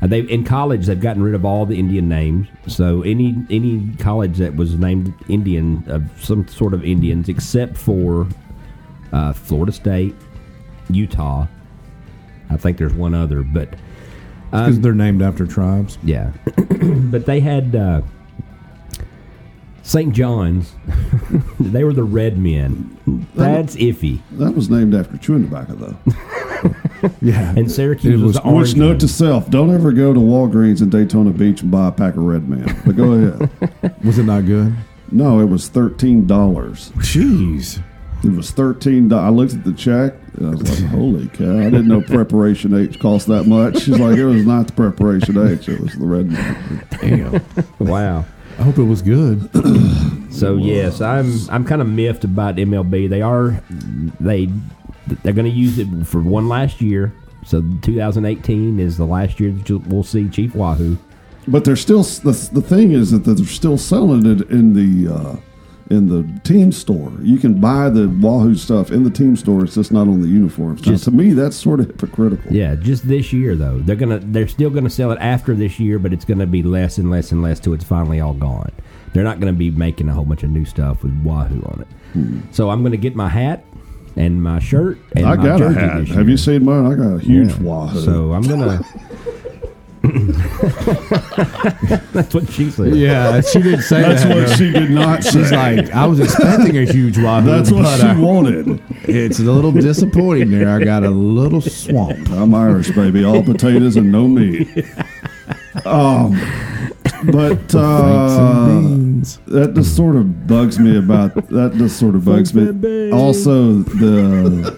Uh, they in college they've gotten rid of all the Indian names. So any any college that was named Indian of some sort of Indians, except for uh, Florida State, Utah. I think there's one other, but
because they're named after tribes.
yeah, but they had uh, St. John's. they were the Red Men. That's iffy.
That was named after chewing tobacco, though.
Yeah.
and Syracuse
It
was,
was-
the orange.
Which note
one.
to self: Don't ever go to Walgreens in Daytona Beach and buy a pack of Red Man. But go ahead.
Was it not good?
No, it was thirteen dollars.
Jeez.
It was thirteen. I looked at the check. And I was like, "Holy cow! I didn't know preparation H cost that much." She's like, "It was not the preparation H. It was the Red Man."
Damn.
wow.
I hope it was good.
So yes, I'm I'm kind of miffed about MLB. They are they they're going to use it for one last year. So 2018 is the last year that you, we'll see Chief Wahoo.
But they're still the, the thing is that they're still selling it in the uh, in the team store. You can buy the Wahoo stuff in the team store. It's just not on the uniforms. Now,
Just-
to me, that's sort of hypocritical.
Yeah, just this year though. They're gonna they're still gonna sell it after this year, but it's gonna be less and less and less till it's finally all gone. They're not gonna be making a whole bunch of new stuff with Wahoo on it. So I'm gonna get my hat and my shirt and
Hmm. I
my
got a
jersey
hat.
this
Have
year.
you seen mine? I got a huge
Yeah.
Wahoo.
So I'm gonna. That's what she said.
Yeah, she didn't say
that's
that.
what she did not say.
She's like, I was expecting a huge wahoo.
That's what
but
she
I-
wanted.
It's a little disappointing there. I got a little swamp.
I'm Irish, baby. All potatoes and no meat. Um, but uh,
beans.
that just sort of bugs me about that. Just sort of bugs me. Also, the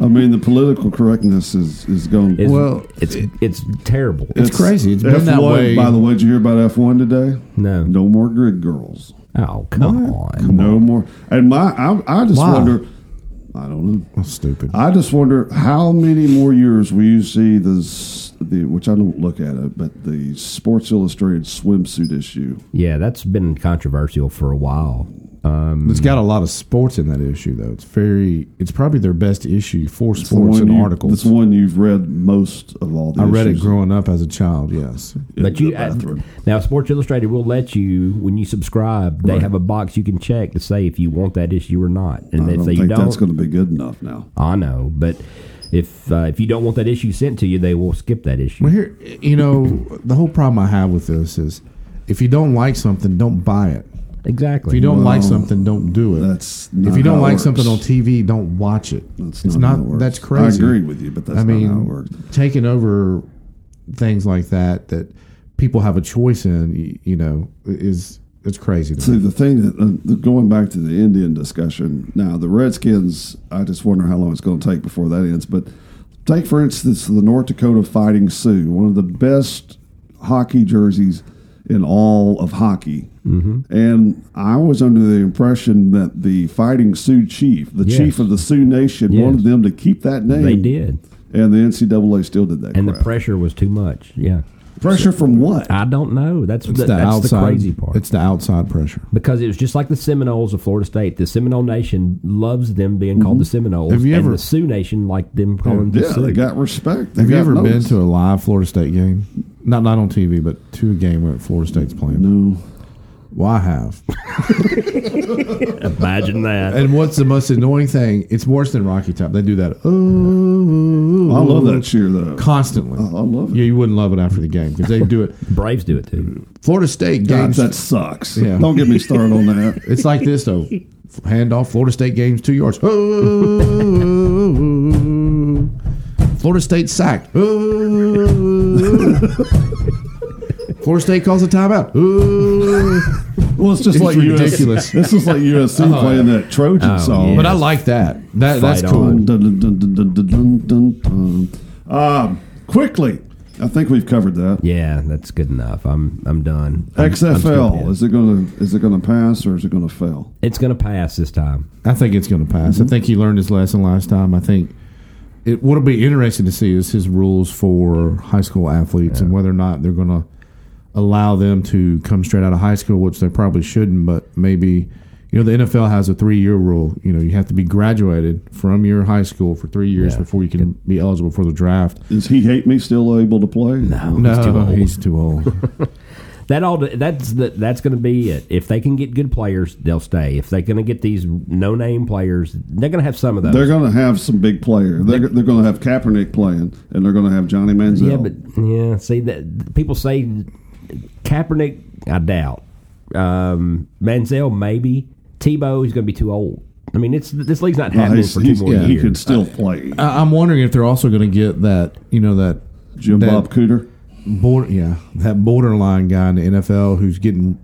I mean, the political correctness is is going.
It's,
Well,
it's it's terrible.
it's crazy. It's been that
F1,
way.
By the way, did you hear about F1 today?
No.
No more grid girls.
Oh come on.
No more. And my, I, I just
Why?
wonder. I don't know.
Stupid.
I just wonder how many more years will you see this, the which I don't look at it, but the Sports Illustrated swimsuit issue.
Yeah, that's been controversial for a while.
It's got a lot of sports in that issue, though. It's very. It's probably their best issue for
It's the one
sports and
you- It's
articles.
the one you've read most of all the.
I read it
issues
growing up as a child. Yes.
in
But
the
you uh, I-
bathroom.
now Sports Illustrated will let you when you subscribe. They have a box you can check to say if you want that issue or not, and
I
if
don't
they
think that's
don't,
going to be good enough now.
I know. But if uh, if you don't want that issue sent to you, they will skip that issue.
Well, here, you know, the whole problem I have with this is, if you don't like something, don't buy it.
Exactly.
If you don't like something, don't do it.
That's
if
not
you don't
how it
like
works.
something on TV, don't watch it.
That's
it's
not how it
not.
works.
that's
I
crazy.
agree with you, but that's
I
not
mean,
how it works.
taking over things like that that people have a choice in, y- you know, is it's crazy. To
See,
me.
the thing that uh, the- going back to the Indian discussion now, the Redskins. I just wonder how long it's going to take before that ends. But take for instance the North Dakota Fighting Sioux, one of the best hockey jerseys in all of hockey.
Mm-hmm.
And I was under the impression that the Fighting Sioux chief, the
Yes.
chief of the Sioux Nation,
Yes.
wanted them to keep that name.
they did,
and the NCAA still did that.
and the
crap.
pressure was too much. Yeah,
pressure from what?
I don't know. That's
It's
the, that's the crazy part.
It's the outside pressure.
because it was just like the Seminoles of Florida State. The Seminole Nation loves them being called the Seminoles,
Have you
and
ever-
the Sioux Nation like them calling
yeah,
the Sioux.
they got respect. They
Have you
got
ever been
noticed.
to a live Florida State game? Not not on TV, but to a game where Florida State's playing. No. Well, I have.
Imagine that.
And what's the most annoying thing? It's worse than Rocky Top. They do that. Oh,
I love that cheer though.
constantly.
I love it.
Yeah, you wouldn't love it after the game because they do it.
Braves do it too.
Florida State
God,
games.
that sucks.
Yeah.
Don't get me started on that.
it's like this though. Handoff. Florida State games two yards. Oh, Florida State sacked. Oh, Florida State calls a timeout. Oh.
Well, it's just
It's
like US,
ridiculous.
This is like USC playing that Trojan song.
But I like that. That that's
Fight
cool.
Dun, dun, dun, dun, dun, dun, dun, dun, dun. Um, quickly, I think we've covered that.
Yeah, that's good enough. I'm I'm done. I'm- I'm
XFL
stupid.
is it going to is it going to pass or is it going to fail?
It's gonna pass this time.
I think it's going to pass.
Mm-hmm.
I think he learned his lesson last time. I think it what'll be interesting to see is his rules for high school athletes and whether or not they're going to allow them to come straight out of high school, which they probably shouldn't. But maybe you know the NFL has a three year rule. You know you have to be graduated from your high school for three years before you can be eligible for the draft.
Is he hate me still able to play?
No,
No,
it's Oh, too old.
he's too old.
That all that's the, that's going to be it. If they can get good players, they'll stay. If they're going to get these no name players, they're going to have some of those.
They're going to have some big player. They're, they're going to have Kaepernick playing, and they're going to have Johnny Manziel.
Yeah, but yeah, see that people say Kaepernick, I doubt. Um, Manziel maybe. Tebow, he's going to be too old. I mean, it's this league's not
Well,
happening
he's-
for two
Uh, he's-
more
yeah, He
years.
could still play.
I- I'm wondering if they're also going to get that, you know, that
Jim
that
Bob Cooter.
border, yeah, that borderline guy in the NFL who's getting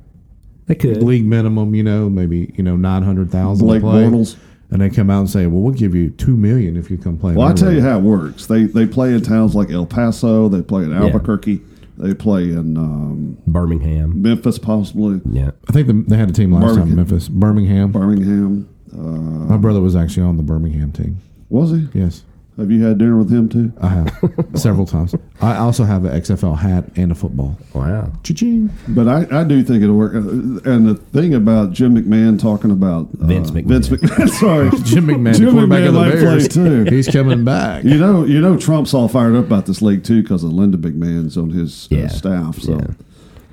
they could.
league minimum, you know, maybe you know nine hundred thousand.
Blake
play,
Bortles.
and they come out and say, "Well, we'll give you two million if you come play." in
Well, I
our
tell you
league."
how it works. They they play in towns like El Paso. They play in Albuquerque. They play in um,
Birmingham.
Memphis, possibly
Yeah.
I think the, they had a team last
Birmingham.
time, Memphis, Birmingham.
Birmingham. uh,
My brother was actually on the Birmingham team.
Was he?
Yes,
Have you had dinner with him too?
I have several times. I also have an XFL hat and a football.
Wow.
Cha-ching.
But I, I do think it'll work. Uh, And the thing about Jim McMahon talking about uh,
Vince McMahon.
Vince McMahon. Sorry,
Jim McMahon,
Jim
the quarterback
McMahon
of
might
the
play
Bears.
too.
He's coming back.
You know, you know, Trump's all fired up about this league too because of Linda McMahon's on his uh,
Yeah.
staff. So,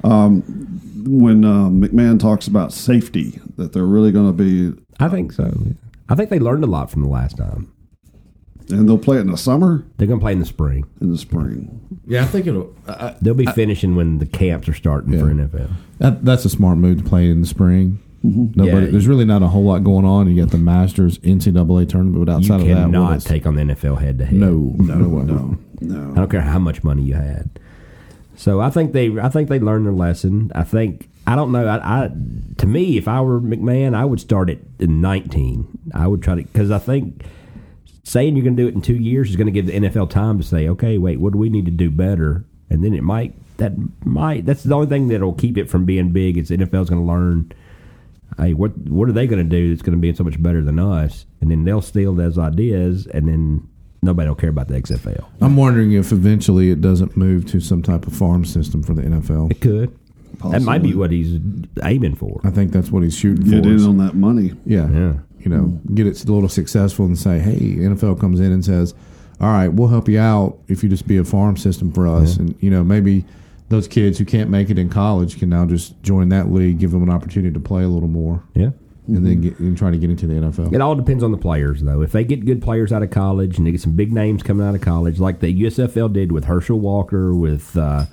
um, when uh, McMahon talks about safety, that they're really going to be,
I think so. yeah. I think they learned a lot from the last time.
and they'll play it in the summer,
They're going to play in the spring.
in the spring.
Yeah, I think it'll.
They'll be finishing when the camps are starting for NFL.
That, that's a smart move to play in the spring.
Mm-hmm.
Nobody,
Yeah.
there's really not a whole lot going on. You got the Masters NCAA tournament, but
You
outside of that, what
cannot
is-
take on the NFL head to head.
no, no, way.
I don't care how much money you had. So I think they, I think they learned their lesson. I think I don't know. I, I to me, if I were McMahon, I would start at nineteen. I would try to because I think saying you're going to do it in two years is going to give the NFL time to say, okay, wait, what do we need to do better? And then it might that might that's the only thing that'll keep it from being big is the NFL's going to learn. Hey, what what are they going to do that's going to be so much better than us? And then they'll steal those ideas, and then nobody will care about the XFL.
I'm wondering if eventually it doesn't move to some type of farm system for the NFL.
It could. That might be what he's aiming for.
I think that's what he's shooting
Get
for.
in
is-
on that money.
yeah,
Yeah.
You know, get it a little successful and say, hey, NFL comes in and says, all right, we'll help you out if you just be a farm system for us, and you know maybe those kids who can't make it in college can now just join that league, give them an opportunity to play a little more,
Yeah.
and
Mm-hmm.
then get, and try to get into the NFL.
It all depends on the players, though. If they get good players out of college and they get some big names coming out of college, like the USFL did with Herschel Walker, with uh,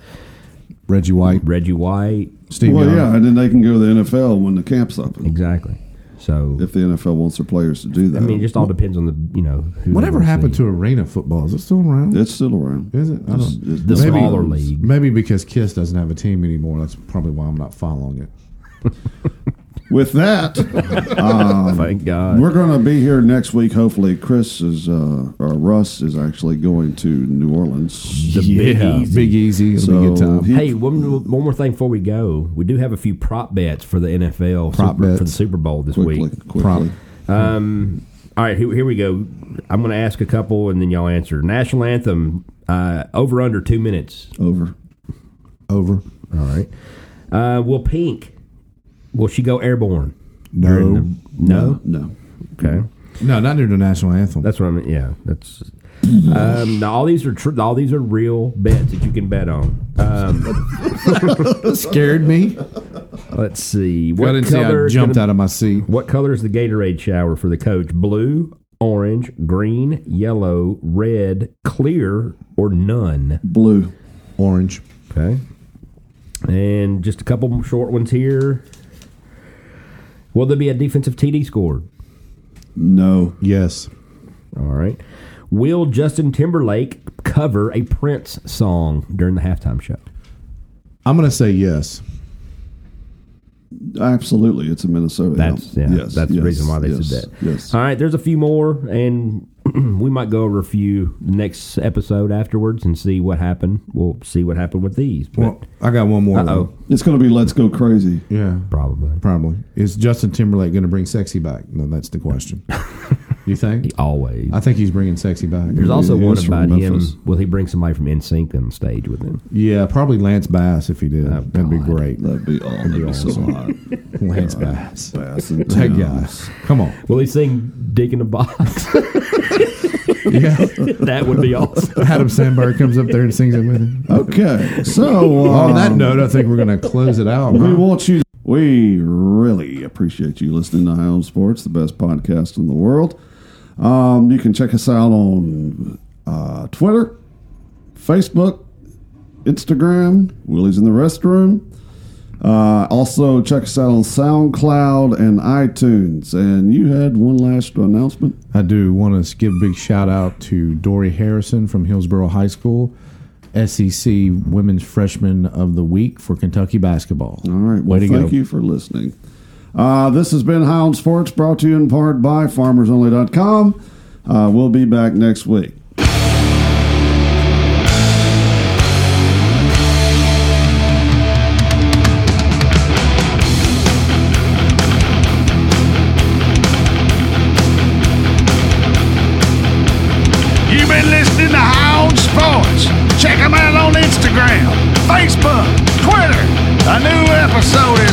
Reggie White,
Reggie White.
Steve
well,
Young.
yeah, and then they can go to the NFL when the camp's open.
Exactly. So,
If the NFL wants their players to do that,
I mean, it just all depends on the, you know, who
Whatever happened to arena football? Is it still around?
it's still around.
Is it? I
It's-
don't.
it's-
the
Maybe-
smaller league.
Maybe because Kiss doesn't have a team anymore. That's probably why I'm not following it.
With that,
Thank God.
we're going to be here next week. Hopefully, Chris is uh, or Russ is actually going to New Orleans.
The Big Easy.
Big Easy. It'll be a good
So
time.
he-
Hey, one, one more thing before we go. We do have a few prop bets for the NFL
Prop
Super- for the
bets.
Super Bowl this
quickly,
week.
quickly.
Um, all right, here, here we go. I'm going to ask a couple, and then y'all answer. National anthem uh, over under two minutes.
Over.
Over.
All right. Uh, will Pink? Will she go airborne?
No.
No.
No.
Okay.
No, not near the national anthem.
That's what I mean. Yeah. That's. Um, now all these are tr- all these are real bets that you can bet on. Um,
scared me.
let's see.
I
What
didn't see.
color?
I
is
jumped
gonna-
out of my seat.
What color is the Gatorade shower for the coach? Blue, orange, green, yellow, red, clear, or none?
Blue.
Orange.
Okay. And just a couple more short ones here. Will there be a defensive TD scored?
No.
Yes.
All right. Will Justin Timberlake cover a Prince song during the halftime show?
I'm gonna say yes.
Absolutely. It's a Minnesota.
That's yeah,
album.
that's the reason why they
yes,
said that.
Yes.
All right, there's a few more, and we might go over a few next episode afterwards and see what happened. We'll see what happened with these. But
Well, I got one more.
Uh-oh.
though.
It's going to be Let's Go Crazy.
Yeah.
probably
Probably. Is Justin Timberlake gonna bring sexy back? No, that's the question. you think?
always.
I think he's bringing sexy back.
There's also
he
one
is
about
from
him.
Memphis.
Will he bring somebody from NSYNC on stage with him?
Yeah, probably Lance Bass if he did.
Oh,
That'd be great.
That'd be all. That'd be so hot.
Lance Bass.
Bass and
That guy.
Towns.
Come on.
Will he sing "Dick in a Box"?
Yeah.
that would be awesome.
Adam Sandberg comes up there and sings it with him. Oh,
Okay. So
On
um,
that note, I think we're going to close it out.
we
huh?
want you. We really appreciate you listening to High on Sports, the best podcast in the world. Um, you can check us out on uh, Twitter, Facebook, Instagram, Willie's in the Restroom. Uh, also, check us out on SoundCloud and iTunes. And you had one last announcement.
I do want to give a big shout out to Dory Harrison from Hillsborough High School, SEC Women's Freshman of the Week for Kentucky basketball.
All right. Well,
way to
thank
go.
you for listening. Uh, this has been High on Sports, brought to you in part by FarmersOnly.com. Uh, we'll be back next week.
You've been listening to Hound Sports. Check them out on Instagram, Facebook, Twitter. A new episode